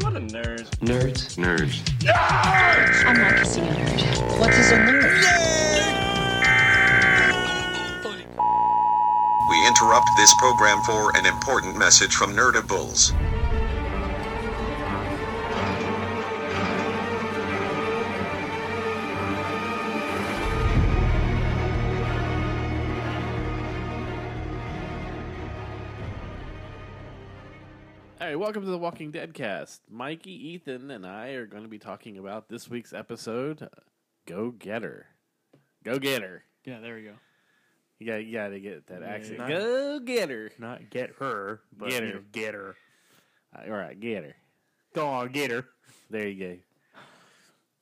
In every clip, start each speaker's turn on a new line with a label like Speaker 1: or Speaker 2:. Speaker 1: What a nerd.
Speaker 2: Nerds.
Speaker 3: Nerds.
Speaker 4: I'm Marcus, the nerd.
Speaker 2: What is a nerd?
Speaker 5: We interrupt this program for an important message from Nerdables.
Speaker 1: Hey, welcome to the Walking Dead cast. Mikey, Ethan, and I are going to be talking about this week's episode, Go Getter. Go Getter.
Speaker 6: Yeah, there we go.
Speaker 1: You got you gotta get that accent.
Speaker 6: yeah.
Speaker 1: Go Getter.
Speaker 7: Not get her, but
Speaker 1: Get
Speaker 7: get her.
Speaker 1: her.
Speaker 7: get her.
Speaker 1: All right, Getter.
Speaker 7: Go on, get her.
Speaker 1: There you go.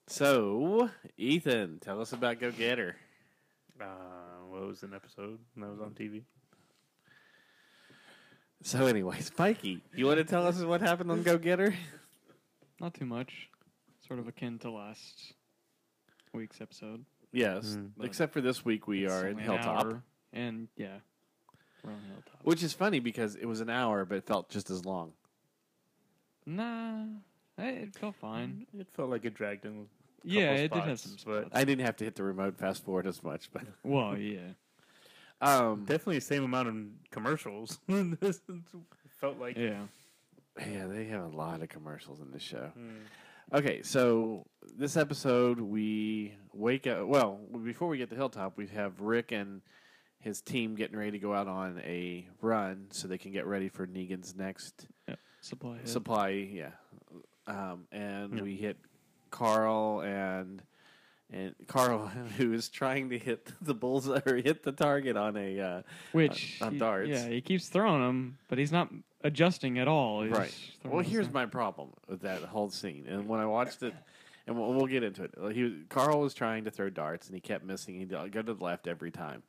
Speaker 1: So, Ethan, tell us about Go Getter.
Speaker 7: Uh, what was an episode that was on TV?
Speaker 1: So, anyways, Mikey, you want to tell us what happened on Go Getter?
Speaker 6: Not too much. Sort of akin to last week's episode.
Speaker 1: Yes.
Speaker 7: Mm.
Speaker 1: Except for this week, we
Speaker 6: It's
Speaker 1: are in
Speaker 6: only an
Speaker 1: Hilltop.
Speaker 6: hour, and yeah, we're on Hilltop.
Speaker 1: Which is funny because it was an hour, but it felt just as long.
Speaker 6: Nah, I- it felt fine.
Speaker 7: It felt like it dragged in.
Speaker 6: Yeah, it did have
Speaker 7: spots,
Speaker 6: some
Speaker 7: but-
Speaker 6: Mm, spots.
Speaker 1: I didn't have to hit the remote fast forward as much, but
Speaker 6: Well, yeah.
Speaker 1: um,
Speaker 7: Definitely the same amount of commercials. This felt like.
Speaker 6: Yeah.
Speaker 1: yeah, they have a lot of commercials in this show.
Speaker 7: Mm.
Speaker 1: Okay, so this episode we wake up. Well, before we get to Hilltop, we have Rick and his team getting ready to go out on a run so they can get ready for Negan's next
Speaker 6: Supply. Hit.
Speaker 1: supply. Yeah, um, and
Speaker 7: Yeah.
Speaker 1: we hit Carl and and Carl who is trying to hit the bullseye or hit the target on a. Uh,
Speaker 6: Which
Speaker 1: on
Speaker 6: he-
Speaker 1: darts.
Speaker 6: Yeah, he keeps throwing them, but he's not adjusting at all. He's
Speaker 1: Right.
Speaker 6: just throwing
Speaker 1: Well,
Speaker 6: those
Speaker 1: here's
Speaker 6: down.
Speaker 1: my problem with that whole scene. And when I watched it, and we'll, we'll get into it. Uh, He was, Carl was trying to throw darts, and he kept missing. He'd uh, go to the left every time.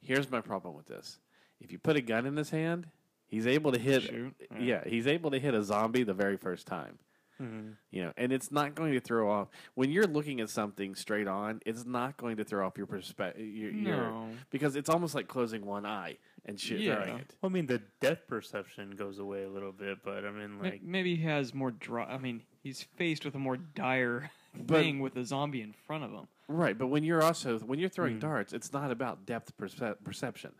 Speaker 1: Here's my problem with this: if you put a gun in his hand, he's able to hit.
Speaker 6: Shoot.
Speaker 1: Yeah. he's able to hit a zombie the very first time.
Speaker 6: Mm-hmm.
Speaker 7: Mhm.
Speaker 1: You know, and it's not going to throw off when you're looking at something straight on. It's not going to throw off your perspective. Your, your,
Speaker 6: No.
Speaker 1: because it's almost like closing one eye and shooting
Speaker 6: Yeah.
Speaker 1: it.
Speaker 7: Well, I mean, the depth perception goes away a little bit, but I mean,
Speaker 6: Ma-
Speaker 7: like,
Speaker 6: Maybe he has more dry. I mean, he's faced with a more dire
Speaker 1: But-
Speaker 6: thing with a zombie in front of him.
Speaker 1: Right, but when you're also when you're throwing
Speaker 7: Mm.
Speaker 1: darts, it's not about depth perce- perception.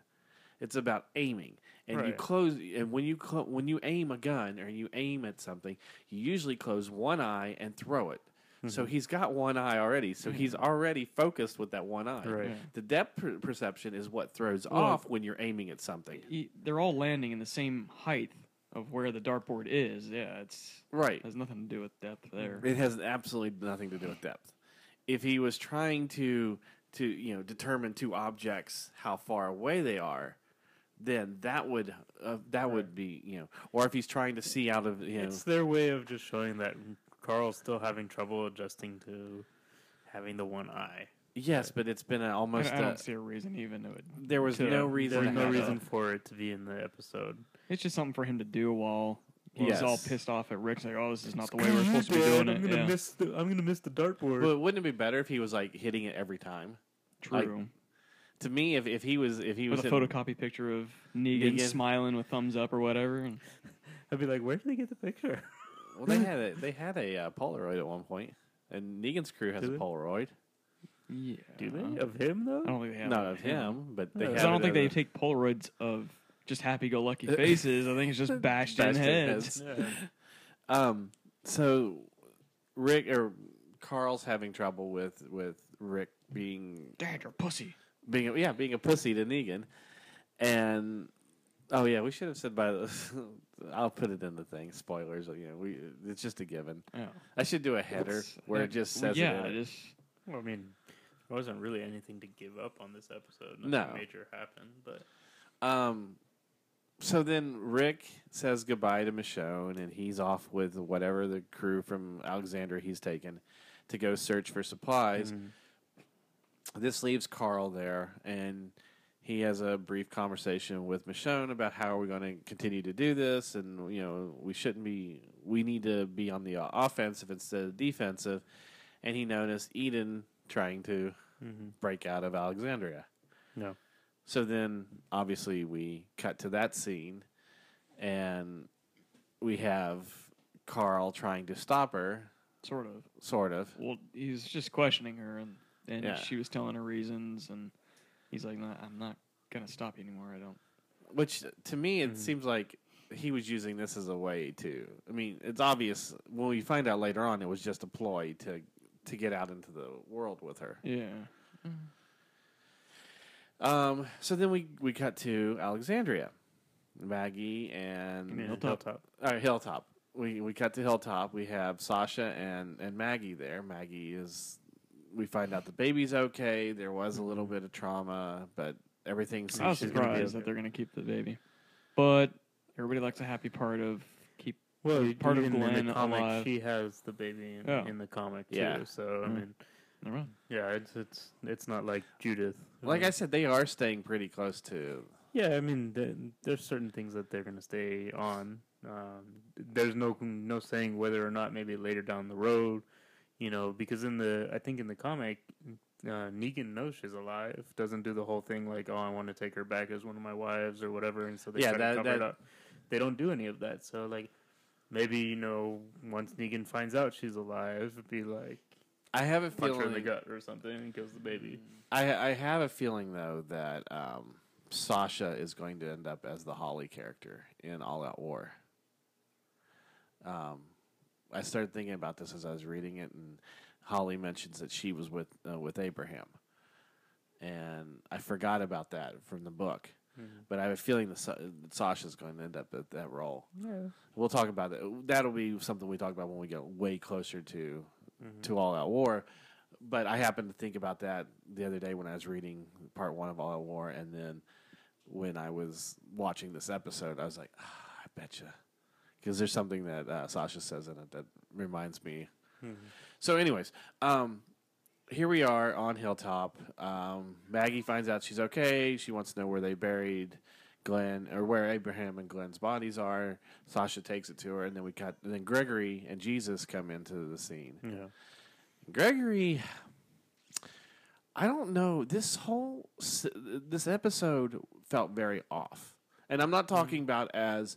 Speaker 1: It's about aiming, and you
Speaker 7: Right.
Speaker 1: close. And when you clo- when you aim a gun or you aim at something, you usually close one eye and throw it. So
Speaker 7: Mm-hmm.
Speaker 1: he's got one eye already. So he's already focused with that one eye.
Speaker 7: Mm. right.
Speaker 6: Yeah.
Speaker 1: The depth per- perception is what throws
Speaker 6: Well-
Speaker 1: off when you're aiming at something.
Speaker 6: He, E, they're all landing in the same height of where the dartboard is. Yeah, it's
Speaker 1: Right.
Speaker 6: has nothing to do with depth there.
Speaker 1: It has absolutely nothing to do with depth. If he was trying to to you know determine two objects how far away they are, then that would uh, that would be you know, or if he's trying to see out of you know,
Speaker 7: It's their way of just showing that Carl's still having trouble adjusting to having the one eye.
Speaker 1: yes, but it's been a,
Speaker 6: I,
Speaker 1: almost
Speaker 6: I
Speaker 1: a,
Speaker 6: don't see a reason even to it.
Speaker 1: there was
Speaker 7: To-
Speaker 1: no reason
Speaker 7: There's
Speaker 1: to
Speaker 7: no
Speaker 1: have
Speaker 7: reason
Speaker 1: it.
Speaker 7: for it to be in the episode.
Speaker 6: It's just something for him to do while he's
Speaker 1: Yes.
Speaker 6: all pissed off at Rick's like, oh, this is not the way we're supposed to be doing it. Yeah.
Speaker 7: miss. The, I'm gonna miss the dartboard.
Speaker 1: Well, wouldn't it be better if he was like hitting it every time?
Speaker 6: True.
Speaker 1: To me, if, if he was if he was
Speaker 6: with a
Speaker 1: hitting-
Speaker 6: photocopy picture of Negan,
Speaker 1: Negan.
Speaker 6: smiling with thumbs up or whatever. And
Speaker 7: I'd be like, where did they get the picture?
Speaker 1: well, they had a, they had a uh, Polaroid at one point, and Negan's crew has
Speaker 7: Do
Speaker 1: a
Speaker 7: they?
Speaker 1: Polaroid.
Speaker 6: yeah.
Speaker 7: Do they of him though?
Speaker 6: Uh-huh. I don't think they have
Speaker 1: Not
Speaker 6: one
Speaker 1: of him, but they.
Speaker 7: No.
Speaker 6: 'Cause
Speaker 1: have
Speaker 6: I don't
Speaker 1: it
Speaker 6: think they
Speaker 1: as a-
Speaker 6: take Polaroids of just happy-go-lucky faces. I think it's just bashed,
Speaker 1: Bashed in
Speaker 6: in heads.
Speaker 1: heads. Um. So, Rick or Carl's having trouble with with Rick being
Speaker 6: Dad, you're a pussy.
Speaker 1: being a, yeah being a pussy to Negan, and oh yeah, we should have said by the. I'll put it in the thing. Spoilers, you know, we it's just a given.
Speaker 6: Yeah.
Speaker 1: I should do a header
Speaker 6: It's-
Speaker 1: where it
Speaker 6: it-
Speaker 1: just
Speaker 6: well,
Speaker 1: says
Speaker 6: yeah,
Speaker 1: it. in it.
Speaker 6: just
Speaker 7: Well, I mean, there wasn't really anything to give up on this episode. Nothing
Speaker 1: No.
Speaker 7: major happened, but
Speaker 1: Um. So then Rick says goodbye to Michonne, and he's off with whatever the crew from Alexandria he's taken to go search for supplies. this leaves Carl there, and he has a brief conversation with Michonne about how are we going to continue to do this, and you know we shouldn't be, we need to be on the uh, offensive instead of defensive. And he noticed Eden trying to break out of Alexandria.
Speaker 7: no.
Speaker 1: So then, obviously, we cut to that scene, and we have Carl trying to stop her,
Speaker 6: sort of.
Speaker 1: sort of.
Speaker 6: Well, he's just questioning her, and and
Speaker 1: Yeah.
Speaker 6: she was telling her reasons, and he's like, no, "I'm not gonna stop you anymore. I don't."
Speaker 1: Which to me, it seems like he was using this as a way to. I mean, it's obvious when we find out later on it was just a ploy to to get out into the world with her.
Speaker 6: Yeah.
Speaker 1: Um, so then we we cut to Alexandria, Maggie, and
Speaker 7: Yeah,
Speaker 6: Hilltop.
Speaker 7: Hilltop.
Speaker 1: or Hilltop. We we cut to Hilltop. We have Sasha and and Maggie there. Maggie is. We find out the baby's okay. There was a little bit of trauma, but everything
Speaker 6: I
Speaker 1: seems
Speaker 6: was
Speaker 1: to be
Speaker 6: surprised that they're gonna keep the baby, but everybody likes a happy part of keep.
Speaker 7: Well,
Speaker 6: She's part of
Speaker 7: even in
Speaker 6: Glenn
Speaker 7: the comic,
Speaker 6: alive. Oh.
Speaker 7: she has the baby in,
Speaker 6: Yeah.
Speaker 7: in the comic too.
Speaker 1: Yeah.
Speaker 7: So I
Speaker 6: Mm.
Speaker 7: mean,
Speaker 6: Never mind.
Speaker 7: yeah, it's it's it's not like Judith.
Speaker 1: Like I said, they are staying pretty close to.
Speaker 7: yeah, I mean, th- there's certain things that they're gonna stay on. Um, there's no no saying whether or not maybe later down the road, you know, because in the I think in the comic, uh, Negan knows she's alive, doesn't do the whole thing like, oh, I want to take her back as one of my wives or whatever, and so they
Speaker 1: Yeah,
Speaker 7: try
Speaker 1: that-
Speaker 7: to cover
Speaker 1: that-
Speaker 7: it up. They don't do any of that, so like. Maybe you know once Negan finds out she's alive, it'd be like
Speaker 1: I have a
Speaker 7: punch her in the
Speaker 1: feeling.
Speaker 7: gut or something and kills the baby.
Speaker 1: I I have a feeling though that um, Sasha is going to end up as the Holly character in All Out War. Um, I started thinking about this as I was reading it, and Holly mentions that she was with uh, with Abraham, and I forgot about that from the book. But I have a feeling that, Sa- that Sasha's going to end up at that role.
Speaker 7: Yeah.
Speaker 1: We'll talk about that. That'll be something we talk about when we get way closer to to All Out War. But I happened to think about that the other day when I was reading part one of All Out War, and then when I was watching this episode, I was like, ah, I betcha, because there's something that uh, Sasha says in it that reminds me. So, anyways, um, here we are on Hilltop. Um, Maggie finds out she's okay. She wants to know where they buried Glenn or where Abraham and Glenn's bodies are. Sasha takes it to her, and then we cut. And then Gregory and Jesus come into the scene.
Speaker 7: Yeah.
Speaker 1: Gregory, I don't know. This whole s- this episode felt very off, and I'm not talking about as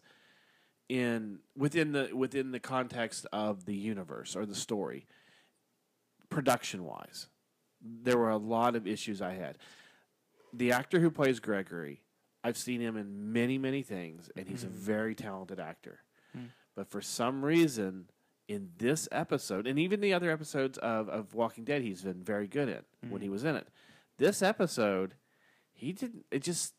Speaker 1: in within the within the context of the universe or the story. Production wise, there were a lot of issues I had. The actor who plays Gregory, I've seen him in many many things, and he's a very talented actor. But for some reason, in this episode, and even the other episodes of, of Walking Dead, he's been very good in when he
Speaker 7: Mm.
Speaker 1: was in it. This episode, he didn't. It just.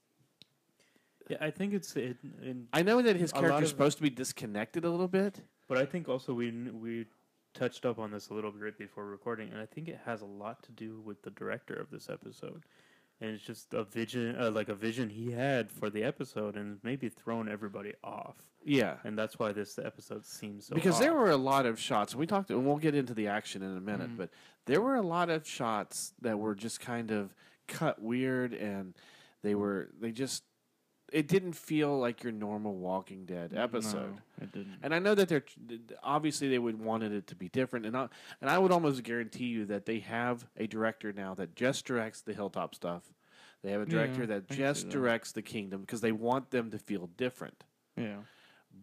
Speaker 7: Yeah, I think it's it, and
Speaker 1: I know that his
Speaker 7: A lot
Speaker 1: character's
Speaker 7: of-
Speaker 1: supposed to be disconnected a little bit.
Speaker 7: but I think also we kn- we touched up on this a little bit before recording, and I think it has a lot to do with the director of this episode, and it's just a vision, uh, like a vision he had for the episode, and maybe thrown everybody off,
Speaker 1: Yeah.
Speaker 7: and that's why this episode seems so.
Speaker 1: because there
Speaker 7: off. Mm.
Speaker 1: were a lot of shots. We talked, and we'll get into the action in a minute. But there were a lot of shots that were just kind of cut weird, and they were they just it didn't feel like your normal Walking Dead episode.
Speaker 6: No, it didn't.
Speaker 1: And I know that they're obviously they would wanted it to be different, and I, and I would almost guarantee you that they have a director now that just directs the Hilltop stuff. They have a director
Speaker 6: Yeah,
Speaker 1: that
Speaker 6: I can see
Speaker 1: just
Speaker 6: that.
Speaker 1: directs the Kingdom because they want them to feel different.
Speaker 6: Yeah.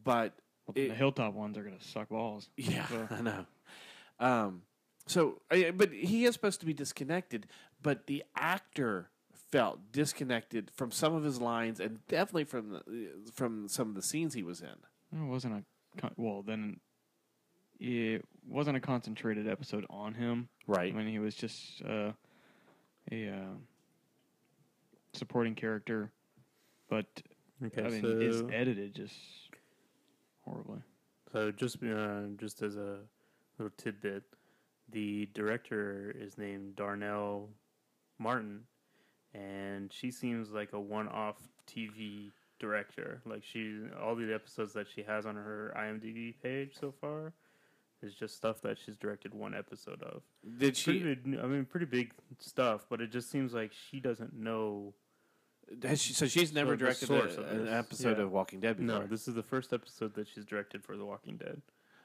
Speaker 1: But
Speaker 6: Well, then the
Speaker 1: It-
Speaker 6: hilltop ones are gonna suck balls.
Speaker 1: yeah,
Speaker 6: So-
Speaker 1: I know. Um, so, I- but he is supposed to be disconnected, but the actor felt disconnected from some of his lines and definitely from the, from some of the scenes he was in.
Speaker 6: It wasn't a con- well. Then it wasn't a concentrated episode on him.
Speaker 1: Right.
Speaker 6: When he was just uh, a uh, supporting character, but
Speaker 7: Okay,
Speaker 6: I mean,
Speaker 7: so,
Speaker 6: is edited just horribly.
Speaker 7: so just uh, just as a little tidbit, the director is named Darnell Martin, and she seems like a one-off TV director. Like she, all the episodes that she has on her IMDb page so far is just stuff that she's directed one episode of.
Speaker 1: Did
Speaker 7: Pretty
Speaker 1: she?
Speaker 7: big, I mean, pretty big stuff, but it just seems like she doesn't know.
Speaker 1: Has she so she's never
Speaker 7: the
Speaker 1: directed
Speaker 7: source
Speaker 1: a-
Speaker 7: of
Speaker 1: an
Speaker 7: this,
Speaker 1: episode
Speaker 7: yeah.
Speaker 1: of Walking Dead before.
Speaker 7: No, this is the first episode that she's directed for The Walking Dead.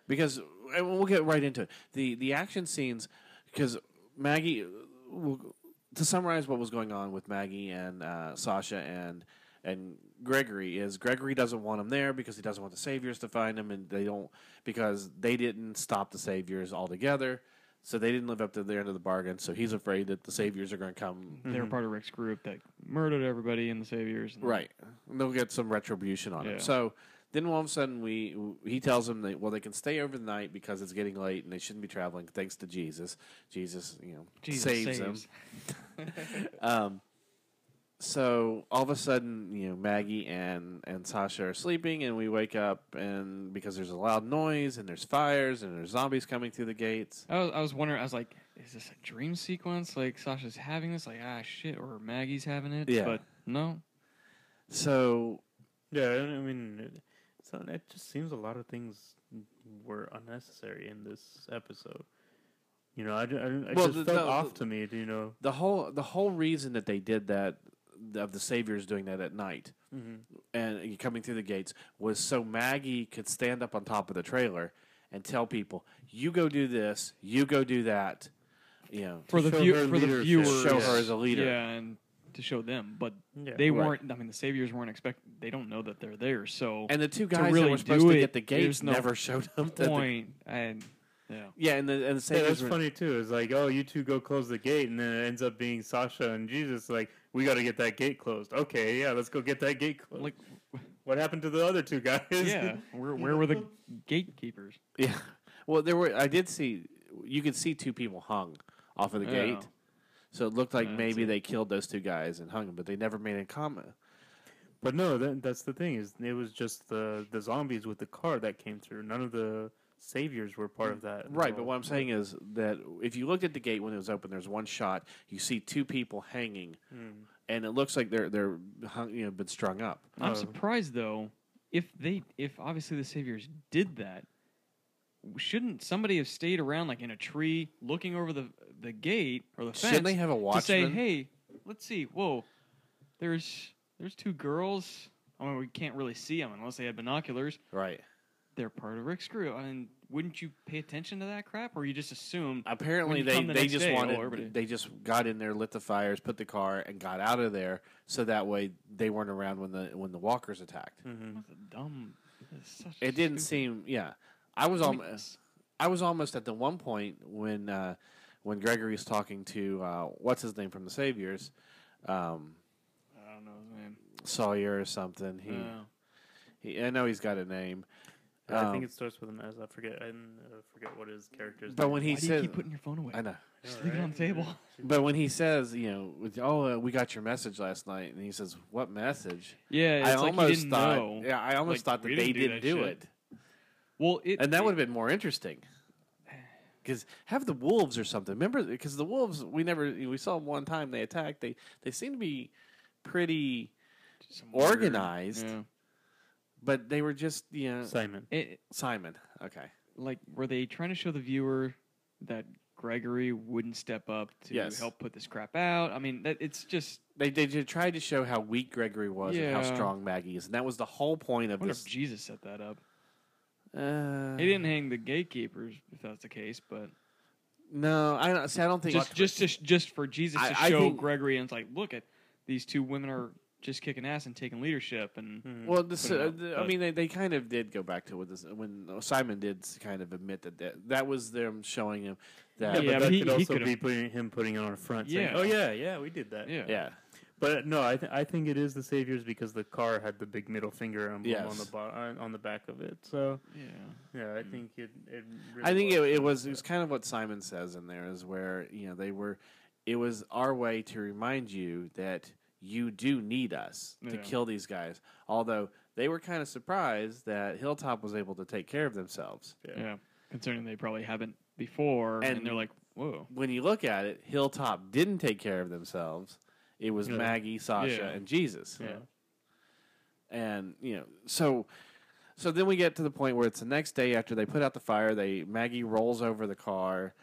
Speaker 1: because and we'll get right into it. The the action scenes because Maggie will, to summarize what was going on with Maggie and uh, Sasha and and Gregory is Gregory doesn't want him there because he doesn't want the Saviors to find him, and they don't because they didn't stop the Saviors altogether, so they didn't live up to their end of the bargain. So he's afraid that the Saviors are going to come.
Speaker 6: They
Speaker 7: Mm-hmm.
Speaker 6: were part of Rick's group that murdered everybody in the Saviors. and-
Speaker 1: Right, And they'll get some retribution on
Speaker 6: Yeah.
Speaker 1: him. So then all of a sudden we he tells them that well they can stay overnight because it's getting late and they shouldn't be traveling thanks to Jesus. Jesus, you know,
Speaker 6: Jesus
Speaker 1: saves, them. Um, so all of a sudden, you know, Maggie and and Sasha are sleeping, and we wake up, and because there's a loud noise, and there's fires, and there's zombies coming through the gates.
Speaker 6: I was, I was wondering. I was like, is this a dream sequence? Like Sasha's having this? Like ah shit, or Maggie's having it?
Speaker 1: Yeah.
Speaker 6: But no,
Speaker 1: So
Speaker 7: Yeah, I don't- I mean, it- so it just seems a lot of things were unnecessary in this episode. You know, I, ju- I, didn't- it
Speaker 1: Well,
Speaker 7: just
Speaker 1: the-
Speaker 7: felt
Speaker 1: the-
Speaker 7: off
Speaker 1: the-
Speaker 7: to me. You know,
Speaker 1: the whole the whole reason that they did that of the saviors doing that at night and coming through the gates was so Maggie could stand up on top of the trailer and tell people, "You go do this, you go do that," you know,
Speaker 6: for the
Speaker 7: show
Speaker 6: view
Speaker 7: her
Speaker 6: for the
Speaker 7: leadership.
Speaker 6: viewers,
Speaker 1: show her as a leader.
Speaker 6: Yeah, and to show them, but
Speaker 7: Yeah.
Speaker 6: they
Speaker 1: Right.
Speaker 6: weren't. I mean, the Saviors weren't expect. They don't know that they're there, so
Speaker 1: And the two
Speaker 6: to
Speaker 1: guys
Speaker 6: really
Speaker 1: that were supposed
Speaker 6: do
Speaker 1: to
Speaker 6: it,
Speaker 1: get the gates
Speaker 6: there's no
Speaker 1: never showed up. to the-
Speaker 6: point and yeah.
Speaker 1: yeah, and the and the
Speaker 7: yeah,
Speaker 1: saviors
Speaker 7: that's
Speaker 1: were-
Speaker 7: funny too. It's like, oh, you two go close the gate, and then it ends up being Sasha and Jesus. Like, we got to get that gate closed. Okay, yeah, let's go get that gate closed.
Speaker 6: Like,
Speaker 7: what happened to the other two guys?
Speaker 6: yeah, where where were the gatekeepers?
Speaker 1: Yeah. Well, there were. I did see. You could see two people hung off of the
Speaker 6: Yeah.
Speaker 1: gate, so it looked like
Speaker 6: That's
Speaker 1: maybe
Speaker 6: it.
Speaker 1: they killed those two guys and hung them, but they never made a comment.
Speaker 7: But no, that, that's the thing is it was just the the zombies with the car that came through. None of the saviors were part of that.
Speaker 1: Mm, Right, but
Speaker 7: whole-
Speaker 1: what I'm saying is that if you looked at the gate when it was open, there's one shot. You see two people hanging,
Speaker 7: Mm,
Speaker 1: and it looks like they're they're hung, you know been strung up.
Speaker 6: I'm
Speaker 7: Oh.
Speaker 6: surprised though. If they, if obviously the saviors did that, shouldn't somebody have stayed around like in a tree, looking over the the gate or the fence?
Speaker 1: Shouldn't they have a
Speaker 6: to say,
Speaker 1: watchman?
Speaker 6: hey, let's see, whoa, there's there's two girls. I mean, we can't really see them unless they had binoculars.
Speaker 1: Right.
Speaker 6: They're part of Rick's crew. I mean, wouldn't you pay attention to that crap, or you just assume?
Speaker 1: Apparently,
Speaker 6: you
Speaker 1: they,
Speaker 6: come the
Speaker 1: they
Speaker 6: next
Speaker 1: just
Speaker 6: day, oh,
Speaker 1: wanted
Speaker 6: everybody-
Speaker 1: they just got in there, lit the fires, put the car, and got out of there, so that way they weren't around when the when the walkers attacked.
Speaker 7: mm-hmm.
Speaker 6: What a dumb. that's such
Speaker 1: It didn't
Speaker 6: stupid-
Speaker 1: seem. Yeah, I was
Speaker 6: I mean,
Speaker 1: almost. I was almost at the one point when uh, when Gregory's talking to uh, what's his name from the Saviors, um,
Speaker 6: I don't know his name.
Speaker 1: Sawyer or something. He,
Speaker 6: Yeah.
Speaker 1: he I know he's got a name,
Speaker 7: I think
Speaker 1: um,
Speaker 7: it starts with an S. I forget. I didn't, uh, forget what his character's.
Speaker 1: but when
Speaker 6: Why
Speaker 1: he
Speaker 6: do you
Speaker 1: says,
Speaker 6: keep putting your phone away?
Speaker 1: I know.
Speaker 6: Just leave it on the table.
Speaker 1: But when he says, you know, with- oh, uh, we got your message last night, and he says, "What message?"
Speaker 6: Yeah, it's
Speaker 1: I
Speaker 6: like you
Speaker 1: almost
Speaker 6: didn't
Speaker 1: thought,
Speaker 6: know.
Speaker 1: yeah, I almost
Speaker 6: Like,
Speaker 1: thought that
Speaker 6: we
Speaker 1: they
Speaker 6: didn't do
Speaker 1: didn't do
Speaker 6: that shit.
Speaker 1: it,
Speaker 6: Well, it
Speaker 1: and that
Speaker 6: it-
Speaker 1: would have been more interesting. Because have the wolves or something. Remember, because the wolves, we never we saw them one time they attacked. They they seem to be pretty,
Speaker 6: some weird-
Speaker 1: organized.
Speaker 6: yeah.
Speaker 1: but they were just you know
Speaker 7: Simon.
Speaker 6: It,
Speaker 1: Simon. Okay,
Speaker 6: like, were they trying to show the viewer that Gregory wouldn't step up to
Speaker 1: Yes.
Speaker 6: help put this crap out? I mean, that it's just.
Speaker 1: they they did- tried to show how weak Gregory was and how
Speaker 6: Yeah.
Speaker 1: strong Maggie is, and that was the whole point
Speaker 6: I
Speaker 1: of
Speaker 6: wonder
Speaker 1: this.
Speaker 6: if Jesus set that up.
Speaker 1: Uh,
Speaker 6: He didn't hang the gatekeepers, if that's the case, but
Speaker 1: No, I don't. See, I don't think
Speaker 6: just just to, just for Jesus to
Speaker 1: I- I
Speaker 6: show
Speaker 1: think-
Speaker 6: Gregory and it's like, look at these two women are just kicking ass and taking leadership, and
Speaker 1: Well, this,
Speaker 6: put it
Speaker 1: uh,
Speaker 6: out,
Speaker 1: the- I
Speaker 6: but-
Speaker 1: mean, they, they kind of did go back to what this when Simon did s- kind of admit that that, that was them showing him
Speaker 7: Yeah,
Speaker 1: that.
Speaker 6: Yeah,
Speaker 7: but
Speaker 6: but
Speaker 7: that
Speaker 6: he-
Speaker 7: could
Speaker 6: he
Speaker 7: also
Speaker 6: could've-
Speaker 7: be putting, him putting it on a front. saying,
Speaker 6: Yeah.
Speaker 7: oh yeah, yeah, we did that.
Speaker 6: yeah,
Speaker 1: yeah,
Speaker 7: But uh, no, I th- I think it is the saviors because the car had the big middle finger emblem on the
Speaker 1: Yes.
Speaker 7: bo- uh, on on the back of it. So
Speaker 6: yeah.
Speaker 7: yeah, I think it. it really
Speaker 1: I think it,
Speaker 7: was.
Speaker 1: it was it was kind of what Simon says in there is where you know they were. It was our way to remind you that you do need us to
Speaker 6: Yeah.
Speaker 1: kill these guys. Although they were kind of surprised that Hilltop was able to take care of themselves.
Speaker 6: yeah, Concerning they probably haven't before, and,
Speaker 1: And-
Speaker 6: they're like, whoa,
Speaker 1: When you look at it, Hilltop didn't take care of themselves. It was
Speaker 7: Yeah.
Speaker 1: Maggie, Sasha,
Speaker 6: Yeah.
Speaker 1: and Jesus.
Speaker 6: yeah.
Speaker 1: and you know so so then we get to the point where it's the next day after they put out the fire they maggie rolls over the car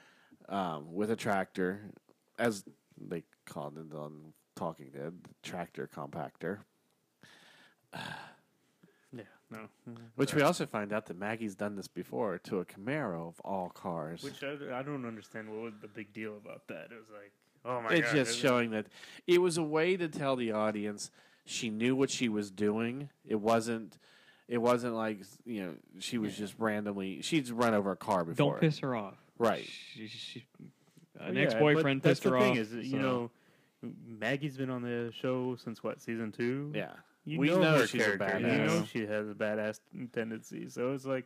Speaker 1: um, with a tractor as they called it on talking dead the tractor compactor
Speaker 7: Yeah. No.
Speaker 1: which we also find out that maggie's done this before to a camaro of all cars
Speaker 7: Which I, I don't understand. What was the big deal about that? It was like, oh my
Speaker 1: it's
Speaker 7: god,
Speaker 1: just
Speaker 7: is it-
Speaker 1: showing that it was a way to tell the audience she knew what she was doing. It wasn't. It wasn't like you know she was just randomly. She's run over a car before.
Speaker 6: Don't piss her off.
Speaker 1: Right.
Speaker 6: She, she,
Speaker 7: Yeah,
Speaker 6: an
Speaker 7: but
Speaker 6: ex-boyfriend
Speaker 7: that's
Speaker 6: pissed
Speaker 7: the
Speaker 6: her
Speaker 7: thing
Speaker 6: off.
Speaker 7: Is, that, you
Speaker 6: so-
Speaker 7: know, Maggie's been on the show since what season two?
Speaker 1: Yeah.
Speaker 7: you
Speaker 1: We
Speaker 7: know,
Speaker 1: know
Speaker 7: her
Speaker 1: she's a
Speaker 7: character. You
Speaker 6: badass.
Speaker 7: know she has a badass tendency. So it's like,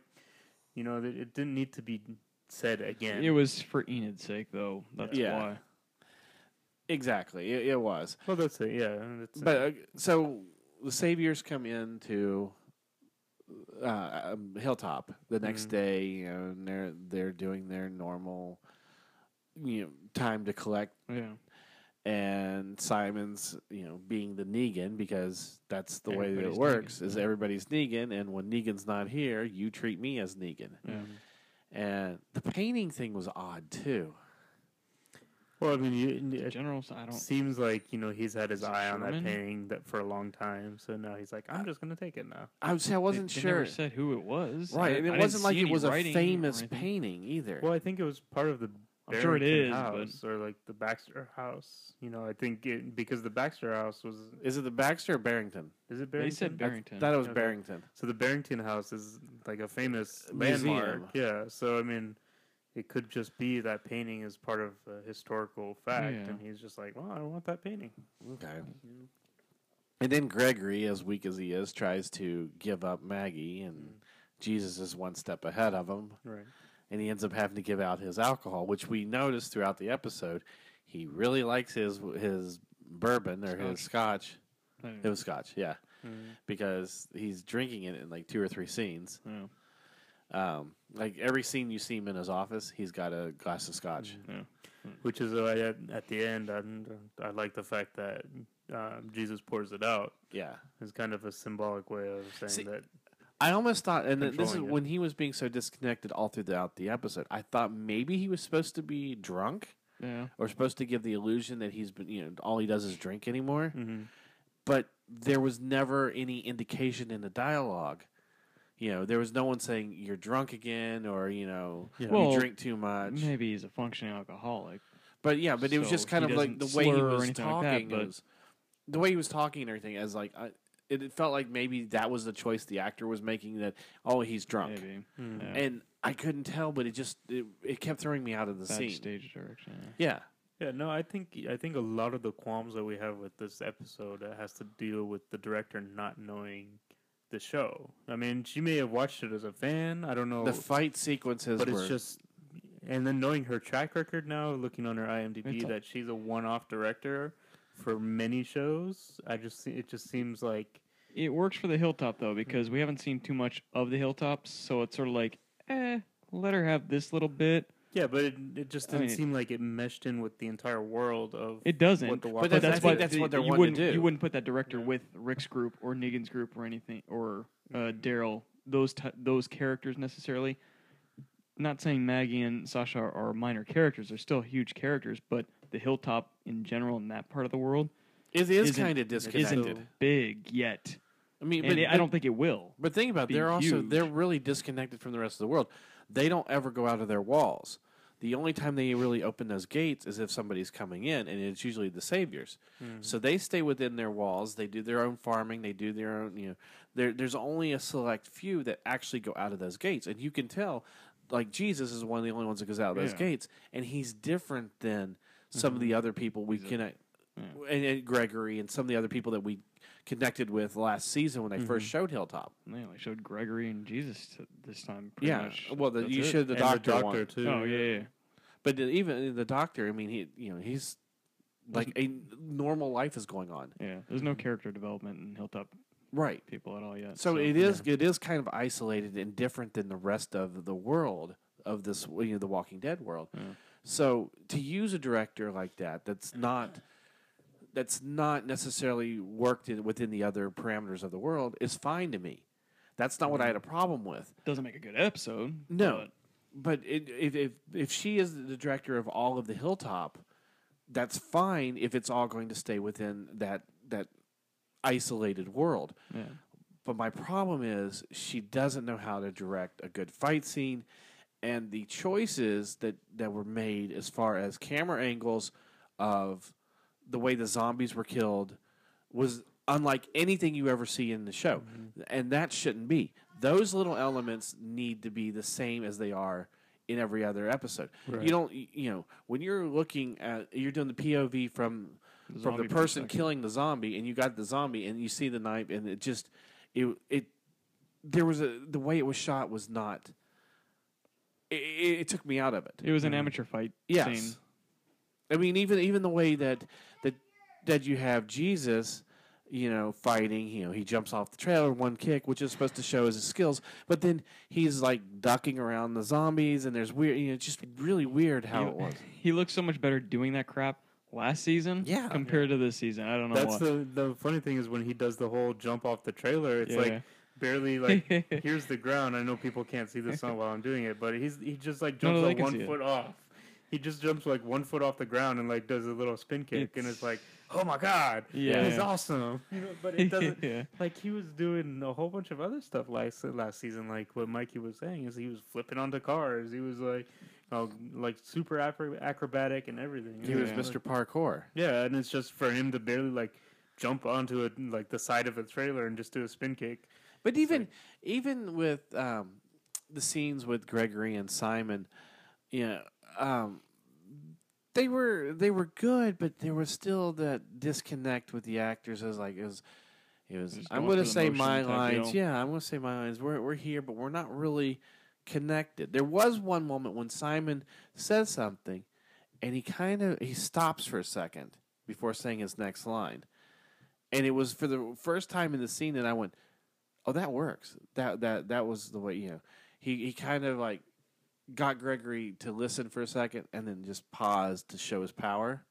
Speaker 7: you know, that it didn't need to be said again.
Speaker 6: it was for Enid's sake, though. That's
Speaker 1: Yeah.
Speaker 6: why.
Speaker 1: Exactly. It, it was.
Speaker 7: well, that's it. Yeah, that's
Speaker 1: But
Speaker 7: it.
Speaker 1: uh, so the saviors come into uh, um, Hilltop the next
Speaker 7: Mhm.
Speaker 6: Mm-hmm.
Speaker 1: day, you know, and they're they're doing their normal, you know, time to collect,
Speaker 6: Yeah.
Speaker 1: and Simon's, you know, being the Negan because that's the way that it
Speaker 6: Everybody's
Speaker 1: works.
Speaker 6: Negan,
Speaker 1: Is
Speaker 6: yeah.
Speaker 1: everybody's Negan, and when Negan's not here, you treat me as Negan.
Speaker 6: Yeah.
Speaker 1: And the painting thing was odd too.
Speaker 7: well, I mean, you,
Speaker 6: The
Speaker 7: it
Speaker 6: generals, I don't.
Speaker 7: seems like you know he's had his
Speaker 6: Is it
Speaker 7: eye on that
Speaker 6: Sherman?
Speaker 7: painting that for a long time. So now he's like, I'm just gonna take it now.
Speaker 1: I would say I
Speaker 6: they-
Speaker 1: wasn't
Speaker 6: they
Speaker 1: sure.
Speaker 6: Never said who it was.
Speaker 1: Right, and
Speaker 6: I- I
Speaker 1: it
Speaker 6: didn't
Speaker 1: wasn't like
Speaker 6: see
Speaker 1: it
Speaker 6: any
Speaker 1: was a
Speaker 6: writing or
Speaker 1: famous
Speaker 6: anything.
Speaker 1: painting either.
Speaker 7: Well, I think it was part of the.
Speaker 6: I'm sure it
Speaker 7: Barrington
Speaker 6: is, but-
Speaker 7: house or like the Baxter house. You know, I think it, because the Baxter house was
Speaker 1: Is it the Baxter or Barrington?
Speaker 7: is it
Speaker 6: They
Speaker 7: Barrington?
Speaker 6: said Barrington.
Speaker 1: That was
Speaker 7: Okay.
Speaker 1: Barrington.
Speaker 7: So the Barrington House is like a famous
Speaker 1: Museum.
Speaker 7: landmark. Yeah. So I mean, it could just be that painting is part of a historical fact,
Speaker 6: Yeah.
Speaker 7: and he's just like, "Well, I don't want that painting."
Speaker 1: Okay.
Speaker 6: Mm-hmm.
Speaker 1: And then Gregory, as weak as he is, tries to give up Maggie, and
Speaker 6: Mm.
Speaker 1: Jesus is one step ahead of him,
Speaker 7: Right.
Speaker 1: and he ends up having to give out his alcohol, which we noticed throughout the episode. He really likes his his bourbon or his scotch.
Speaker 6: I don't
Speaker 1: It
Speaker 6: know.
Speaker 1: was scotch, yeah,
Speaker 7: Mm-hmm.
Speaker 1: because he's drinking it in like two or three scenes.
Speaker 6: Yeah.
Speaker 1: Um, like every scene you see him in his office, he's got a glass of scotch.
Speaker 7: Which is why at, at the end, I, I like the fact that uh, Jesus pours it out.
Speaker 1: Yeah.
Speaker 7: It's kind of a symbolic way of saying
Speaker 1: See-
Speaker 7: that.
Speaker 1: I almost thought, and th- this is
Speaker 7: Controlling it.
Speaker 1: when he was being so disconnected all throughout the episode. I thought maybe he was supposed to be drunk
Speaker 6: Yeah.
Speaker 1: or supposed to give the illusion that he's been, you know, all he does is drink anymore.
Speaker 7: Mhm.
Speaker 1: But there was never any indication in the dialogue. You know, there was no one saying you're drunk again or you know
Speaker 7: Yeah.
Speaker 1: you
Speaker 6: Well,
Speaker 1: drink too much.
Speaker 6: Maybe he's a functioning alcoholic.
Speaker 1: But yeah, but it was
Speaker 6: So
Speaker 1: just kind
Speaker 6: he
Speaker 1: of like the
Speaker 6: doesn't
Speaker 1: way he
Speaker 6: slur or
Speaker 1: was
Speaker 6: anything like that,
Speaker 1: talking.
Speaker 6: but-
Speaker 1: was, the way he was talking and everything, as like I, it, it felt like maybe that was the choice the actor was making. That oh, he's drunk,
Speaker 6: Maybe.
Speaker 7: Mm.
Speaker 6: Yeah.
Speaker 1: and I couldn't tell, but it just it, it kept throwing me out of the
Speaker 6: Bad
Speaker 1: scene.
Speaker 6: stage direction. yeah.
Speaker 1: Yeah,
Speaker 7: Yeah, no, I think I think a lot of the qualms that we have with this episode uh, has to deal with the director not knowing the show. I mean, she may have watched it as a fan. I don't know.
Speaker 6: Oh.
Speaker 1: the fight sequences
Speaker 7: but
Speaker 1: were
Speaker 7: it's just and then knowing her track record now looking on her imdb
Speaker 6: It's a-
Speaker 7: that she's a one-off director for many shows i just see it just seems like
Speaker 6: It works for the hilltop though because we haven't seen too much of the hilltops, so it's sort of like, eh, let her have this little bit.
Speaker 7: yeah but it, it just
Speaker 6: I
Speaker 7: didn't
Speaker 6: mean-
Speaker 7: seem like it meshed in with the entire world of
Speaker 6: It doesn't.
Speaker 7: what the
Speaker 6: but
Speaker 7: Walking
Speaker 1: that's-
Speaker 7: Dead
Speaker 1: I
Speaker 6: that's
Speaker 1: think
Speaker 6: why
Speaker 7: is.
Speaker 1: that's what they're
Speaker 6: you
Speaker 1: wanting to
Speaker 6: wouldn't-
Speaker 1: do.
Speaker 6: You wouldn't put that director
Speaker 7: Yeah.
Speaker 6: with Rick's group or Negan's group or anything or uh, Daryl. Those t- those characters necessarily. Not saying Maggie and Sasha are, are minor characters; they're still huge characters. But the Hilltop in general in that part of the world
Speaker 1: it is
Speaker 6: isn't-
Speaker 1: kind of disconnected.
Speaker 6: isn't big yet,
Speaker 1: I mean,
Speaker 6: and
Speaker 1: but,
Speaker 6: it- I don't think it will.
Speaker 1: But think about it,
Speaker 6: be
Speaker 1: they're also
Speaker 6: huge.
Speaker 1: they're really disconnected from the rest of the world. They don't ever go out of their walls. The only time they really open those gates is if somebody's coming in, and it's usually the saviors.
Speaker 6: Mm-hmm.
Speaker 1: So they stay within their walls. They do their own farming. They do their own. You know, there, there's only a select few that actually go out of those gates, and you can tell, like Jesus is one of the only ones that goes out of those
Speaker 6: Yeah. Mm-hmm.
Speaker 1: gates, and he's different than some of the other people we connect, and, and Gregory and some of the other people that we connected with last season when they
Speaker 6: Mm-hmm.
Speaker 1: first showed Hilltop.
Speaker 6: They only showed Gregory and Jesus t- this time. Pretty
Speaker 1: Yeah,
Speaker 6: much.
Speaker 1: well, the,
Speaker 6: That's
Speaker 1: you
Speaker 6: it.
Speaker 1: should the
Speaker 7: And
Speaker 1: doctor,
Speaker 7: the
Speaker 1: one.
Speaker 7: doctor too
Speaker 6: Oh yeah, yeah.
Speaker 1: but the- even the doctor. I mean, he you know he's like a normal life is going on,
Speaker 6: yeah. There's no character development in Hilltop
Speaker 1: right?
Speaker 6: people at all yet.
Speaker 1: So it is it is kind of isolated and different than the rest of the world of this you know the Walking Dead world. So to use a director like that, that's not that's not necessarily worked in, within the other parameters of the world is fine to me. That's not what I had a problem with.
Speaker 6: doesn't make a good episode.
Speaker 1: No, but, it, if, if if she is the director of all of the Hilltop, that's fine if it's all going to stay within that that isolated world.
Speaker 6: Yeah.
Speaker 1: But my problem is she doesn't know how to direct a good fight scene, and the choices that that were made as far as camera angles of the way the zombies were killed was unlike anything you ever see in the show. And that shouldn't be. Those little elements need to be the same as they are in every other episode. You don't y- you know, when you're looking at you're doing the POV from from the
Speaker 6: zombie
Speaker 1: person
Speaker 6: perspective.
Speaker 1: killing the zombie and you got the zombie and you see the knife and it just it it there was a the way it was shot was not it, it, it took me out of it.
Speaker 6: It was an amateur fight
Speaker 1: Yes.
Speaker 6: scene.
Speaker 1: I mean, even even the way that that that you have Jesus, you know, fighting. You know, he jumps off the trailer one kick, which is supposed to show his skills, but then he's like ducking around the zombies, and there's weird. You know, it's just really weird how
Speaker 6: he,
Speaker 1: it was.
Speaker 6: He looked so much better doing that crap last season
Speaker 1: Yeah.
Speaker 6: compared to this season. I don't know
Speaker 7: That's
Speaker 6: why.
Speaker 7: the the funny thing is when he does the whole jump off the trailer, it's
Speaker 6: Yeah.
Speaker 7: like barely like here's the ground. I know people can't see this while I'm doing it, but he's he just like
Speaker 6: No,
Speaker 7: jumps
Speaker 6: they
Speaker 7: like
Speaker 6: can see
Speaker 7: one
Speaker 6: it.
Speaker 7: foot off. He just jumps like one foot off the ground and like does a little spin kick, and
Speaker 6: It's-
Speaker 7: it's like, oh my god,
Speaker 6: Yeah.
Speaker 7: it's awesome. You know, but it doesn't.
Speaker 6: Yeah.
Speaker 7: Like he was doing a whole bunch of other stuff last last season. Like what Mikey was saying is he was flipping onto cars. He was like, oh, like super acro- acrobatic and everything.
Speaker 1: He was
Speaker 6: Yeah.
Speaker 1: Mr. Parkour.
Speaker 7: Yeah, and it's just for him to barely like jump onto it like the side of a trailer and just do a spin kick.
Speaker 1: But even even with um, the scenes with Gregory and Simon, you know, um, they were they were good, but there was still that disconnect with the actors. It was like it was. It was.
Speaker 6: Just
Speaker 1: I'm
Speaker 6: going
Speaker 1: going to
Speaker 6: through the
Speaker 1: say
Speaker 6: motion
Speaker 1: my
Speaker 6: type
Speaker 1: lines.
Speaker 6: deal.
Speaker 1: Yeah, I'm going to say my lines. We're we're here, but we're not really connected. There was one moment when Simon says something, and he kind of he stops for a second before saying his next line, and it was for the first time in the scene that I went, "Oh, that works. That that that was the way you know." He he kind of like got Gregory to listen for a second and then just paused to show his power,